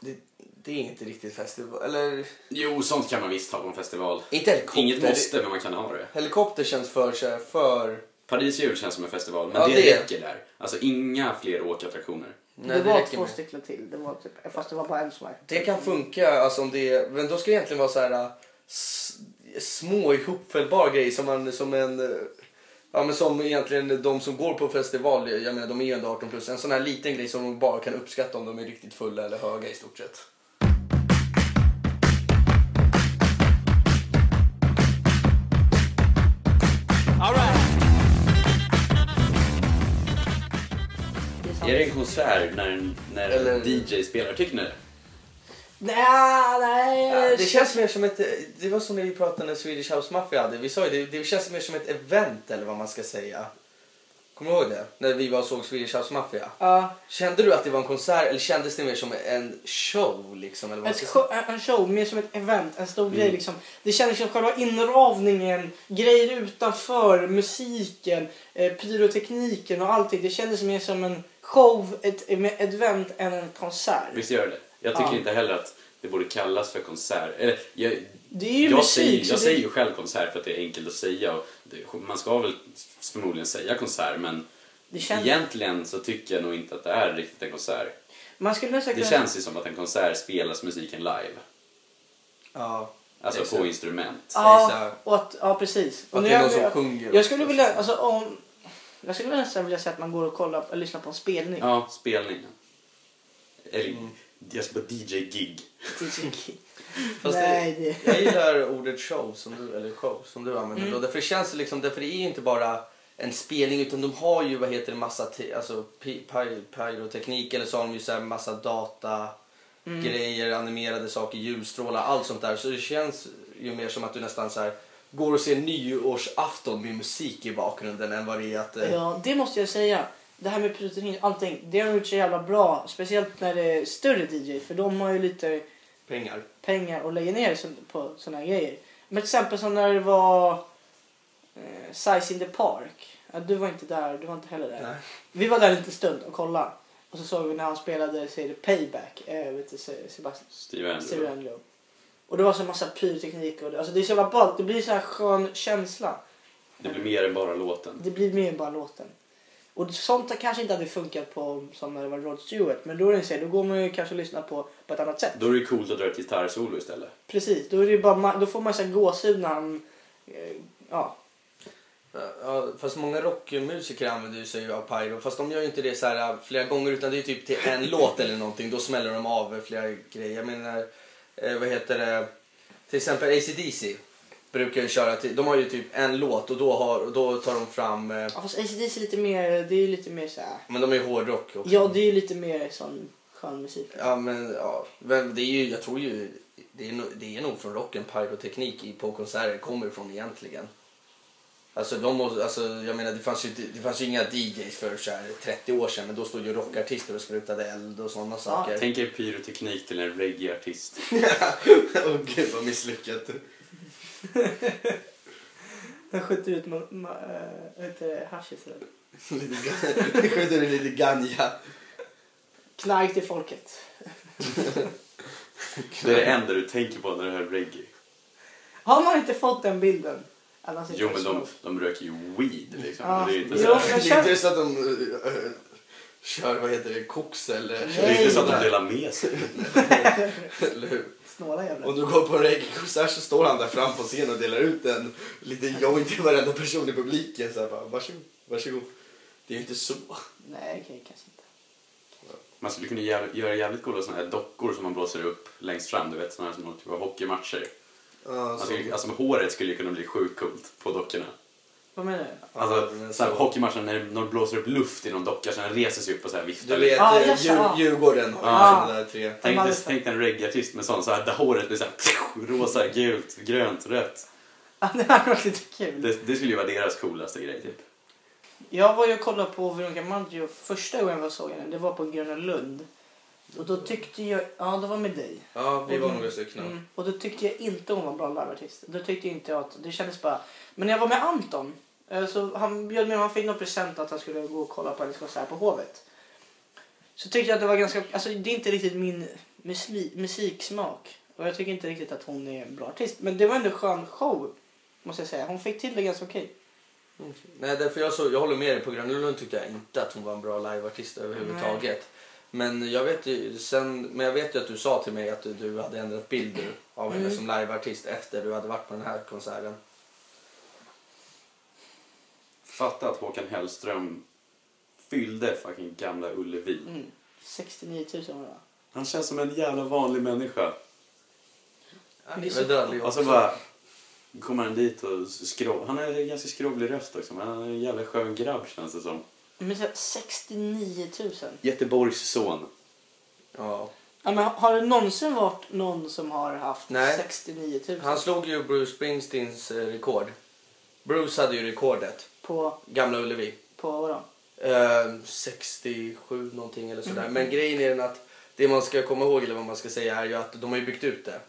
Speaker 3: Det, det är inte riktigt festival. Eller
Speaker 2: Jo, sånt kan man visst ha på en festival.
Speaker 3: inte helikopter.
Speaker 2: Inget måste, men man kan ha det.
Speaker 3: Helikopter känns för så här, för...
Speaker 2: Paris jul känns som en festival, men
Speaker 3: Ja,
Speaker 2: det,
Speaker 3: det-
Speaker 2: räcker där. Alltså inga fler åkattraktioner.
Speaker 3: Nej,
Speaker 1: det,
Speaker 3: det
Speaker 1: var
Speaker 3: räcker
Speaker 1: två
Speaker 3: med.
Speaker 1: stycken till. Det var typ, fast det var bara en som var.
Speaker 3: Det kan funka alltså om det är... Men då ska det egentligen vara så här äh, s- små ihopfällbara grejer som man som en... äh, Ja men som egentligen de som går på festival, jag menar de är ju ändå 18 plus. En sån här liten grej som de bara kan uppskatta om de är riktigt fulla eller höga i stort sett.
Speaker 1: Det är sant.
Speaker 2: Är det en konsert när, när
Speaker 3: Eller-
Speaker 2: en DJ spelar? typ Tycker ni det?
Speaker 1: Nej, nej.
Speaker 3: Ja, det känns mer som ett... Det var som när vi pratade när Swedish House Mafia hade. Vi sa ju det, det känns mer som ett event eller vad man ska säga. Kommer du ihåg det? När vi var och såg Swedish House Mafia.
Speaker 1: Ja.
Speaker 3: Kände du att det var en konsert eller kändes det mer som en show liksom? Eller vad man
Speaker 1: Ett
Speaker 3: ska
Speaker 1: show, en show, mer som ett event, en
Speaker 3: Mm.
Speaker 1: stor grej liksom. Det kändes som själva inravningen, grejer utanför, musiken, eh, pyrotekniken och allting. Det kändes mer som en show, ett, ett event än en konsert.
Speaker 2: Visst gör det? Jag tycker
Speaker 1: Ja.
Speaker 2: inte heller att det borde kallas för konsert. Eller, jag,
Speaker 1: Det är ju
Speaker 2: jag,
Speaker 1: musik,
Speaker 2: säger,
Speaker 1: så
Speaker 2: jag
Speaker 1: det-
Speaker 2: säger ju själv konsert för att det är enkelt att säga. Och det, man ska väl förmodligen säga konsert men
Speaker 1: Det känns-
Speaker 2: egentligen så tycker jag nog inte att det är riktigt en konsert.
Speaker 1: Man skulle nästan
Speaker 2: Det
Speaker 1: kunna...
Speaker 2: känns ju som att en konsert spelas musiken live.
Speaker 3: Ja.
Speaker 2: Alltså
Speaker 3: Exakt.
Speaker 2: på instrument.
Speaker 3: Säg så
Speaker 1: Ja,
Speaker 3: här.
Speaker 1: och att, ja precis. Och
Speaker 3: Att
Speaker 1: nu
Speaker 3: det är
Speaker 1: jag-
Speaker 3: någon som
Speaker 1: jag-
Speaker 3: sjunger
Speaker 1: Jag skulle
Speaker 3: också,
Speaker 1: vilja,
Speaker 3: liksom.
Speaker 1: alltså om... Jag skulle nästan vilja säga att man går och kollar, eller lyssnar på en spelning.
Speaker 2: Ja, spelningen. Eller,
Speaker 1: Mm.
Speaker 2: jag ska på DJ-gig.
Speaker 3: Fast
Speaker 1: Nej,
Speaker 3: det,
Speaker 1: det- Mm.
Speaker 3: jag gillar ordet show som du, eller show som du använder då. Därför känns det liksom, därför det är inte bara en spelning utan de har ju vad heter det, massa te, alltså, pi, pi, pyroteknik eller så har de ju så här massa data
Speaker 1: Mm.
Speaker 3: grejer, animerade saker, ljusstrålar, allt sånt där. Så det känns ju mer som att du nästan så här går och ser nyårsafton med musik i bakgrunden än vad det är att... eh,
Speaker 1: Ja, det måste jag säga. Det här med pyroteknik, allting, det har de gjort så jävla bra. Speciellt när det är större DJ, för de har ju lite
Speaker 3: Pengar.
Speaker 1: pengar att lägga ner så- på sådana här grejer. Men till exempel som när det var eh, Size in the Park. Ja, du var inte där, du var inte heller där.
Speaker 3: Nej.
Speaker 1: Vi var där en liten stund och kollade. Och så såg vi när han spelade så är det Payback, eh, vet du, Se- Sebastian
Speaker 2: Steve
Speaker 1: Steve
Speaker 2: Andrew.
Speaker 1: Andrew. Och det var så massa pyroteknik och det, alltså det är så jävla ballt. Det blir så här skön känsla.
Speaker 2: Det blir mer än bara låten.
Speaker 1: Det blir mer än bara låten. Och sånt har kanske inte hade funkat på som när det var Rod Stewart. Men då är det så här, då går man ju kanske och lyssnar på, på ett annat sätt.
Speaker 2: Då är det ju coolt att dra ett gitarrsolo istället.
Speaker 1: Precis, då, är det ju bara, ma- då får man så här gåshud när han... eh, Ja.
Speaker 3: Ja, fast många rockmusiker använder ju sig av pyro. Fast de gör ju inte det så här äh, flera gånger utan det är typ till en låt eller någonting. Då smäller de av flera grejer. Jag menar, eh, vad heter det? Till exempel ACDC brukar ju köra till, de har ju typ en låt och då, har, och då tar de fram, eh,
Speaker 1: ja fast ACDC är lite mer, det är ju lite mer så här...
Speaker 3: men de är ju hårdrock också.
Speaker 1: Ja, det är ju lite mer sån skön musik.
Speaker 3: Ja, men ja, men det är ju, jag tror ju, det är, nog- det är nog från rocken pyroteknik i- på konserter kommer ifrån egentligen. Alltså, de måste, alltså jag menar det fanns ju, det fanns ju inga DJs för så här 30 år sedan men då stod ju rockartister och sprutade eld och sådana saker.
Speaker 2: Tänk er pyroteknik till en reggae-artist.
Speaker 3: Åh gud vad misslyckat.
Speaker 1: Han skjuter ut ma- ma- eh, vad heter det, hasch istället.
Speaker 3: Lite gan- Nu skjuter du lite ganja.
Speaker 1: Knark till folket.
Speaker 2: Det är det enda du tänker på när du hör reggae.
Speaker 1: Har man inte fått den bilden? Att han sitter
Speaker 2: Jo
Speaker 1: och
Speaker 2: men de,
Speaker 1: smoke?
Speaker 2: de röker ju weed liksom.
Speaker 1: Ja.
Speaker 2: Det är ju inte
Speaker 1: Jo,
Speaker 2: så,
Speaker 1: men-
Speaker 2: här-
Speaker 3: Det är inte så att de eh, eh, kör, vad heter det, koks eller?
Speaker 2: det är inte så att
Speaker 3: Sådär.
Speaker 2: de delar med sig.
Speaker 3: Eller hur?
Speaker 1: Snåla jävlar.
Speaker 3: Om du går på en reggae-konsert så står han där fram på scen och delar ut en liten joint till varenda person i publiken. Så här, bara, varsågod, varsågod. Det är ju inte så.
Speaker 1: Nej, okej, kanske inte.
Speaker 2: Man skulle kunna jäv- göra jävligt coola såna här dockor som man blåser upp längst fram. Du vet såna här som håller typ av hockeymatcher.
Speaker 3: Ja,
Speaker 2: Alltså,
Speaker 3: så.
Speaker 2: alltså med håret skulle ju kunna bli sjukt coolt på dockorna.
Speaker 1: Vad menar du?
Speaker 3: Ja,
Speaker 2: Alltså
Speaker 3: men
Speaker 2: så här,
Speaker 3: så-
Speaker 2: hockeymatchen när när de blåser upp luft i någon docka så den reser sig upp och så här viftar
Speaker 3: Du
Speaker 2: lite.
Speaker 3: vet,
Speaker 1: Ah,
Speaker 3: eh,
Speaker 1: yes,
Speaker 3: Djur-
Speaker 1: ah.
Speaker 3: Djurgården har ju
Speaker 2: Ah.
Speaker 3: sådana där tre.
Speaker 2: Tänk
Speaker 1: Ja,
Speaker 2: dig,
Speaker 1: just det.
Speaker 2: tänk dig en reggaeartist med sån, så här, där håret blir så här, rosa, gult, grönt, rött.
Speaker 1: Ja, det hade varit lite kul.
Speaker 2: Det, det skulle ju vara deras coolaste grej typ.
Speaker 1: Jag var ju och kollade på Veronica Maggio första gången jag såg henne. Det var på Gröna Lund. Och då tyckte jag... Ja, det var med dig.
Speaker 3: Ja, vi var
Speaker 1: Mm.
Speaker 3: några stycken.
Speaker 1: Mm. Och då tyckte jag inte hon var en bra liveartist. Då tyckte jag inte jag att det kändes bara. Men när jag var med Anton. eh, Så han bjöd med han fick någon present att han skulle gå och kolla på hennes konsert på Hovet. Så tyckte jag att det var ganska, alltså det är inte riktigt min musli, musiksmak. Och jag tycker inte riktigt att hon är en bra artist. Men det var ändå en skön show. Måste jag säga. Hon fick till det ganska okej.
Speaker 3: Mm. Nej, därför jag, så, jag håller med dig. På Gröna Lund tyckte jag inte att hon var en bra liveartist överhuvudtaget. Men jag, vet ju, sen, men jag vet ju att du sa till mig att du, du hade ändrat bild du, av henne som liveartist efter du hade varit på den här konserten.
Speaker 2: Fatta att Håkan Hellström fyllde fucking gamla Ullevi.
Speaker 1: Mm. 69 000 var det va?
Speaker 2: Han känns som en jävla vanlig människa.
Speaker 1: det är
Speaker 3: Jag
Speaker 1: så-
Speaker 3: dödlig
Speaker 2: Och så Alltså,
Speaker 3: också.
Speaker 2: bara kommer han dit och skrov... Han har en ganska skrovlig röst också men han är en jävla skön grabb känns det som.
Speaker 1: Men så här, 69 000.
Speaker 2: Göteborgs son.
Speaker 3: Ja.
Speaker 1: Ja, men har det någonsin varit någon som har haft
Speaker 3: Nej.
Speaker 1: 69 000
Speaker 3: Han slog ju Bruce Springsteens eh, rekord. Bruce hade ju rekordet,
Speaker 1: på,
Speaker 3: Gamla Ullevi.
Speaker 1: på vadå?
Speaker 3: Eh, 67 någonting eller sådär. Men grejen är den att det man ska komma ihåg eller vad man ska säga är ju att de har ju byggt ut det.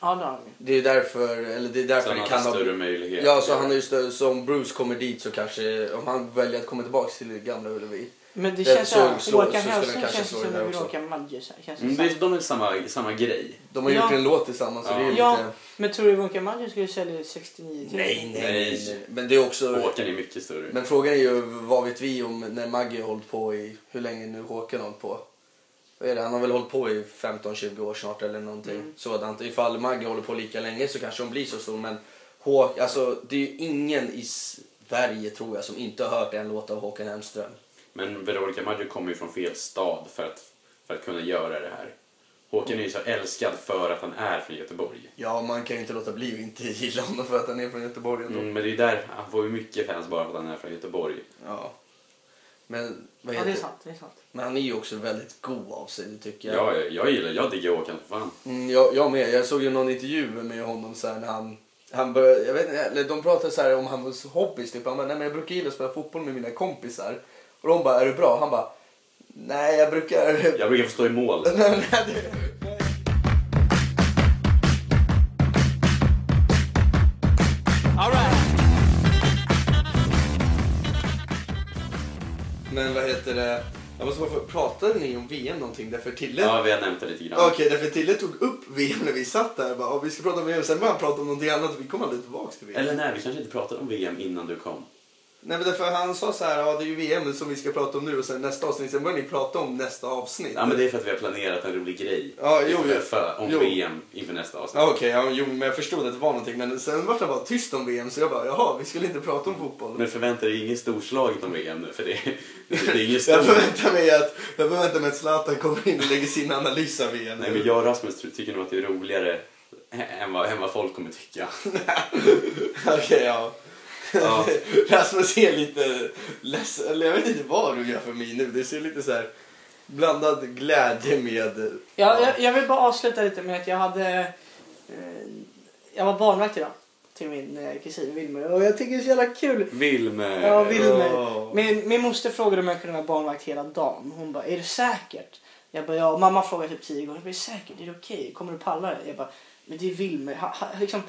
Speaker 1: Ja, det har han ju.
Speaker 3: Det är därför, eller det är
Speaker 2: Så
Speaker 3: därför
Speaker 2: han
Speaker 3: det
Speaker 2: hade
Speaker 3: kan ha...
Speaker 2: större möjlighet.
Speaker 3: Ja, så han är ju större. Så om Bruce kommer dit så kanske, om han väljer att komma tillbaka till gamla Ullevi.
Speaker 1: Men det
Speaker 3: Jag
Speaker 1: känns
Speaker 3: såg-
Speaker 1: så,
Speaker 3: så- så
Speaker 1: Håkan
Speaker 3: skulle
Speaker 1: Hellström
Speaker 3: den kanske
Speaker 1: känns ju
Speaker 3: slå
Speaker 1: som
Speaker 3: det där
Speaker 1: en
Speaker 3: också.
Speaker 1: Råka Madge. Känns det
Speaker 2: Mm, det,
Speaker 1: som.
Speaker 2: de är samma, samma grej.
Speaker 3: De har ju
Speaker 1: Ja.
Speaker 3: gjort en låt tillsammans så det är ju
Speaker 1: Ja,
Speaker 3: lite...
Speaker 1: men tror du Råka Madge skulle sälja 69 000?
Speaker 3: Nej, nej,
Speaker 2: Nej.
Speaker 3: nej, nej. Men det är också...
Speaker 2: Håkan är mycket större.
Speaker 3: Men frågan är ju vad vet vi om när Maggie har hållit på i, hur länge nu Håkan har hållit på? Vad är det? Han har väl hållit på i 15-20 år snart eller någonting
Speaker 1: Mm.
Speaker 3: sådant. Ifall Maggie håller på lika länge så kanske hon blir så stor men Håk, alltså det är ju ingen i Sverige tror jag som inte har hört en låt av Håkan Hemström.
Speaker 2: Men Veronica Maggio kommer ju från fel stad för att, för att kunna göra det här. Håkan är ju så älskad för att han är från Göteborg.
Speaker 3: Ja, man kan ju inte låta bli att inte gilla honom för att han är från Göteborg ändå.
Speaker 2: Mm, men det är ju där han får ju mycket fans bara för att han är från Göteborg.
Speaker 3: Ja. Men, vad
Speaker 1: Ja,
Speaker 3: heter
Speaker 1: det är sant. Det är sant.
Speaker 3: men han är ju också väldigt god av sig det tycker jag.
Speaker 2: Ja, jag, jag gillar, jag diggar Håkan för fan.
Speaker 3: Mm, jag, jag med. Jag såg ju någon intervju med honom så här när han... han började, jag vet inte, eller de pratade så här om hans hobbys. Typ. Han bara, nej men jag brukar gilla att spela fotboll med mina kompisar. Och de bara, är du bra? Han bara, nej jag brukar...
Speaker 2: Jag brukar få stå i mål.
Speaker 3: Nej, men det- Men vad heter det? Jag måste bara få, pratade ni om VM någonting? Därför Tille
Speaker 2: Ja, vi har nämnt det lite grann.
Speaker 3: Okej, därför Tille tog upp VM när vi satt där. Bara, "Ja, vi ska prata om VM, sen började han prata om någonting annat. Vi kommer aldrig tillbaka till VM.
Speaker 2: Eller nej, vi kanske inte pratade om VM innan du kom.
Speaker 3: Nej, men därför han sa så här, ja det är ju VM som vi ska prata om nu och sen nästa avsnitt. Sen började ni prata om nästa avsnitt.
Speaker 2: Ja, men det är för att vi har planerat en rolig grej.
Speaker 3: Ja,
Speaker 2: Det är
Speaker 3: jo,
Speaker 2: för-
Speaker 3: jo.
Speaker 2: för, om
Speaker 3: Jo.
Speaker 2: VM inför nästa avsnitt.
Speaker 3: Ja, Okej, ja, jo, men jag förstod att det var någonting. Men sen var det bara tyst om VM så jag bara, jaha, vi skulle inte prata om fotboll.
Speaker 2: Men förvänta dig inget storslaget om VM nu, för det, det, det är inget
Speaker 3: Jag
Speaker 2: stort.
Speaker 3: förväntar mig att, jag förväntar mig att Zlatan kommer in och lägger sin analys av VM.
Speaker 2: Nej, men jag och Rasmus tror- tycker nog att det är roligare än vad, än vad folk kommer tycka.
Speaker 3: Okej, ja.
Speaker 2: Ja.
Speaker 3: Rasmus är lite ledsen, eller jag vet inte vad du gör för mig nu. Det ser lite så här blandad glädje med...
Speaker 1: Ja, jag, jag vill bara avsluta lite med att jag hade... Eh, jag var barnvakt idag till min eh, kusin Wilmer och jag tycker det är så jävla kul.
Speaker 2: Vilmer.
Speaker 1: Ja, Wilmer.
Speaker 3: Ja.
Speaker 1: Min, min moster frågade om jag kunde vara barnvakt hela dagen. Hon bara, är du säkert? Jag bara, ja. Och Mamma frågade typ tio gånger. Jag bara, är du säker? Är det okej? Kommer du palla det? Jag bara, men det är Wilmer. Han, han, liksom,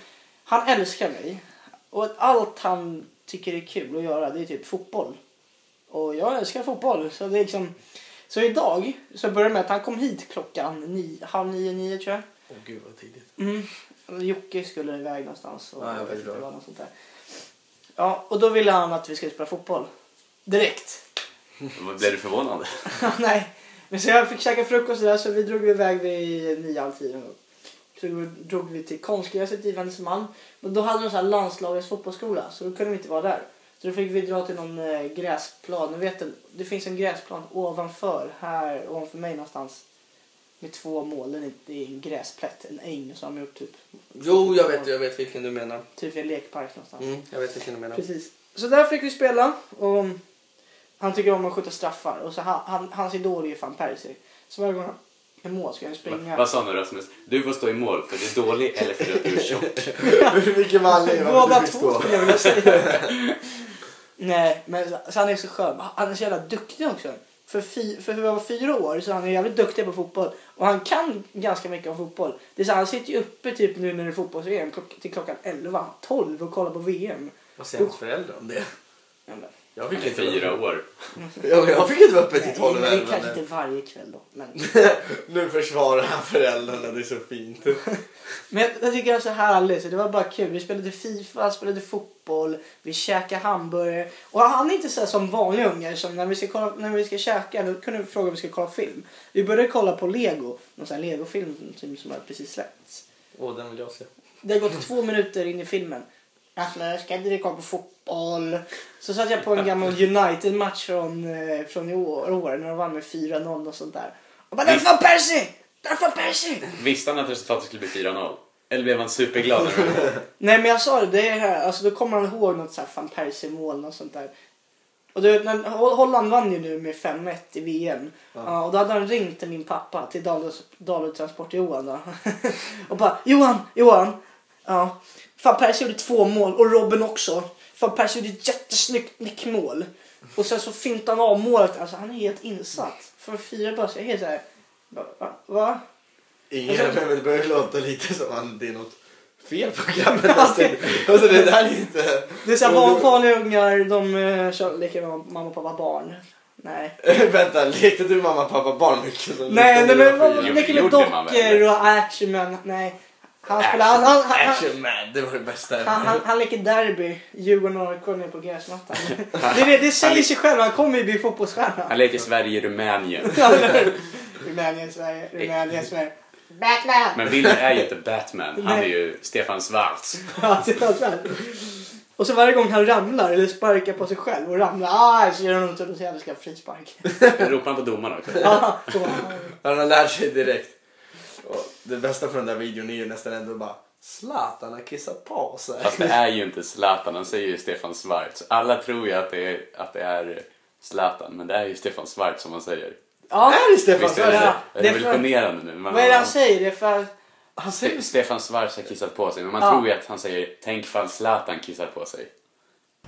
Speaker 1: han älskar mig. Och att allt han tycker är kul att göra det är typ fotboll. Och jag älskar fotboll. Så, det är liksom... så idag så började det med att han kom hit klockan nio, halv nio, nio tror jag.
Speaker 3: Åh gud vad tidigt.
Speaker 1: Mm. Jocke skulle iväg någonstans. Och
Speaker 3: Ja, jag
Speaker 1: jag vet
Speaker 3: förstår.
Speaker 1: inte vad, något sånt där. Ja, och då ville han att vi skulle spela fotboll. Direkt.
Speaker 2: Vad Blev du förvånad?
Speaker 1: Nej. Men så jag fick käka frukost och där så vi drog iväg vid nio, halv tio. någon gång. Så drog vi till konstgräset i Vänersman. Men då hade de så här landslagets fotbollsskola så då kunde vi inte vara där. Så då fick vi dra till någon eh, gräsplan. Ni vet, det finns en gräsplan ovanför här, ovanför mig någonstans. Med två mål. Den är- Det är en gräsplätt, en äng som har de gjort typ.
Speaker 3: Jo, jag vet, jag vet vilken du menar.
Speaker 1: Typ i en lekpark någonstans.
Speaker 3: Mm, jag vet vilken du menar.
Speaker 1: Precis. Så där fick vi spela. Och han tycker om att skjuta straffar. Och så han, han, hans idol är ju fan Percy. Så varje gång han mål ska han springa.
Speaker 2: Vad- Vad sa du Rasmus? Du får stå i mål för du är dålig eller för att du är tjock.
Speaker 3: vilken man lever.
Speaker 1: Båda två skulle jag vilja säga. Nej, men så- så han är så skön. Han är så jävla duktig också. För, fy, för hur jag var fyra år så han är jävligt duktig på fotboll. Och han kan ganska mycket om fotboll. Det är så, han sitter ju uppe typ nu när det är fotbolls-VM klock- till klockan 11, 12 och kollar på VM.
Speaker 3: Vad säger hans föräldrar om det?
Speaker 1: Jag bara,
Speaker 3: Jag
Speaker 2: Han är fyra år.
Speaker 3: Ja, men jag fick inte vara öppet
Speaker 1: Nej,
Speaker 3: till
Speaker 1: men
Speaker 3: 12
Speaker 1: det är kanske
Speaker 3: eller.
Speaker 1: inte varje kväll då. Men...
Speaker 3: Nu försvarar han föräldrarna, det är så fint.
Speaker 1: Men jag, jag tycker det är så härligt. Så det var bara kul. Vi spelade Fifa, spelade fotboll, vi käkade hamburgare. Och han är inte så här som vanliga ungar som när vi ska, kolla, när vi ska käka, då kunde vi fråga om vi ska kolla film. Vi började kolla på Lego, någon sån här Lego-film som, som har precis släppts.
Speaker 3: Åh, den vill jag se.
Speaker 1: Det har gått två minuter in i filmen. Alltså, jag ska inte kolla på fotboll. Så satt jag på en gammal United-match från, eh, från i år, år när de vann med 4-0 och sånt där. Och bara, där är fan Percy! Där är fan Percy!
Speaker 2: Visste han att resultatet skulle bli 4-0? Eller blev han superglad? När det var?
Speaker 1: Nej men jag sa det, det är här, alltså då kommer han ihåg något så här van Persie-mål och sånt där. Och du, vet, när, Ho- Holland vann ju nu med 5-1 i VM. Ja, och då hade han ringt till min pappa, till Dalu- Dalutransport-Johan då. och bara Johan, Johan. Ja. Van Persie gjorde två mål och Robin också. Van Persie gjorde ett jättesnyggt nickmål. Och sen så fintade han av målet. Alltså han är helt insatt. För fyra bara så jag är helt såhär. Va? va?
Speaker 3: Ingen
Speaker 1: Jag tror-
Speaker 3: behöver, det börjar låta lite som att det är något fel på grabben. alltså, alltså det där är inte...
Speaker 1: Det är såhär
Speaker 3: Men
Speaker 1: van,
Speaker 3: du-
Speaker 1: vanliga ungar, de eh, kör, leker med mamma och pappa barn. Nej.
Speaker 3: Vänta, lekte du mamma, pappa, barn mycket?
Speaker 1: Nej,
Speaker 3: som liten
Speaker 1: nej
Speaker 3: när
Speaker 1: men
Speaker 3: du var
Speaker 1: vad-
Speaker 3: fyra?
Speaker 2: Jo,
Speaker 1: leker med
Speaker 2: gjorde man väl?
Speaker 1: dockor och actionman. Nej. Han spelar, han,
Speaker 3: Action,
Speaker 1: han, han,
Speaker 3: action man, det var det bästa.
Speaker 1: han, han, han leker derby. Djurgården och AIK nere på gräsmattan. Det, är det, det säger sig själv, han kommer ju bli fotbollsstjärna.
Speaker 2: Han leker Sverige-Rumänien.
Speaker 1: Rumänien, Sverige, Rumänien, Sverige. Batman!
Speaker 2: Men Wilmer är ju inte Batman, han är
Speaker 1: Nej.
Speaker 2: ju Stefan Schwarz.
Speaker 1: Ja, det var så här. Och så varje gång han ramlar eller sparkar på sig själv och ramlar, ah, så gör han ont och säger att han ska ha frispark.
Speaker 2: Då ropar han på domaren också.
Speaker 1: Ja, så bara,
Speaker 3: Han har lärt sig direkt. Och det bästa från den där videon är ju nästan ändå bara Zlatan har kissat på sig.
Speaker 2: Fast det är ju inte Zlatan, han säger ju Stefan Schwarz. Alla tror ju att det är, att det är Zlatan, men det är ju Stefan Schwarz som han säger.
Speaker 1: ja.
Speaker 3: Är det Stefan
Speaker 2: Visst är det
Speaker 1: Ja,
Speaker 3: Svensson?
Speaker 1: det är för-
Speaker 2: revolutionerande nu? men
Speaker 1: Vad är det han
Speaker 2: han-
Speaker 1: säger? Det är för...
Speaker 3: Han säger
Speaker 2: Ste- Stefan Schwarz har kissat på sig, men man
Speaker 1: Ja.
Speaker 2: tror ju att han säger tänk fall Zlatan kissar på sig.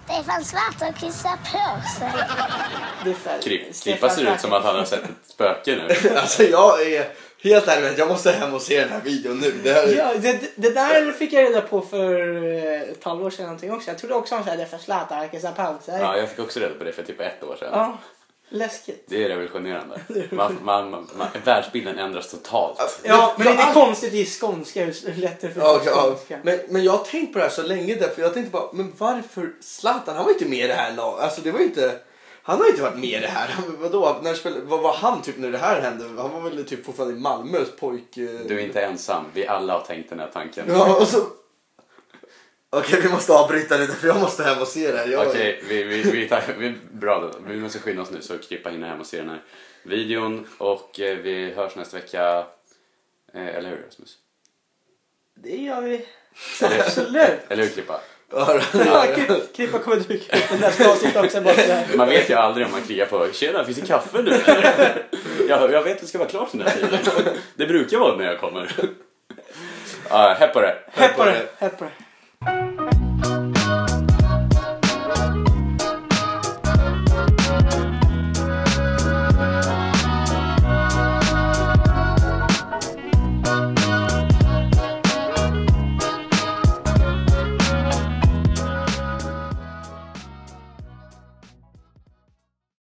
Speaker 4: Stefan Svart och kissar på sig.
Speaker 1: Det är för
Speaker 2: Klipp,
Speaker 1: Stefan
Speaker 2: klippa ser ut
Speaker 1: Svärd.
Speaker 2: som att han har sett ett spöke nu.
Speaker 3: Alltså jag är helt ärlig, jag måste hem och se den här videon nu. Det här,
Speaker 1: Ja, det, det- det där fick jag reda på för eh, ett halvår sedan någonting också. Jag trodde också han sa det är för Zlatan, han kissar på sig.
Speaker 2: Ja, jag fick också reda på det för typ ett år sedan.
Speaker 1: Ja, läskigt.
Speaker 2: Det är revolutionerande. Man, man, man, man, världsbilden ändras totalt.
Speaker 1: Ja, men det är
Speaker 3: all-
Speaker 1: konstigt i skånska hur lätt det är
Speaker 3: Ja,
Speaker 1: för
Speaker 3: okej, ja.
Speaker 1: skånska.
Speaker 3: Men, men jag har tänkt på det här så länge därför jag tänkte bara, men varför Zlatan? Han var inte med i det här laget. Alltså det var ju inte, han har ju inte varit med i det här. Han- Vadå? När spel, vad var han typ när det här hände? Han var väl typ fortfarande i Malmös pojk... eh,
Speaker 2: Du är inte ensam, vi alla har tänkt den här tanken.
Speaker 3: Ja, och så... Okej, vi måste avbryta lite för jag måste hem och se det här. Jag...
Speaker 2: Okej, vi, vi, vi, tar, vi, bra då. Vi måste skynda oss nu så Krippa hinner hem och se den här videon. Och eh, vi hörs nästa vecka. Eh, eller hur Rasmus?
Speaker 1: Det gör vi.
Speaker 2: Eller,
Speaker 1: Absolut.
Speaker 2: eller hur Klippa?
Speaker 3: Ja,
Speaker 1: Ja, Kri- Krippa kommer dyka upp i nästa avsnitt också. Bara sådär.
Speaker 2: Man vet ju aldrig om man kliar på Tjena, finns det kaffe nu eller?" jag, jag vet att det ska vara klart den här tiden. Det brukar vara när jag kommer. Uh, hepp på det.
Speaker 1: Hepp på det. Hepp på det.
Speaker 3: ja.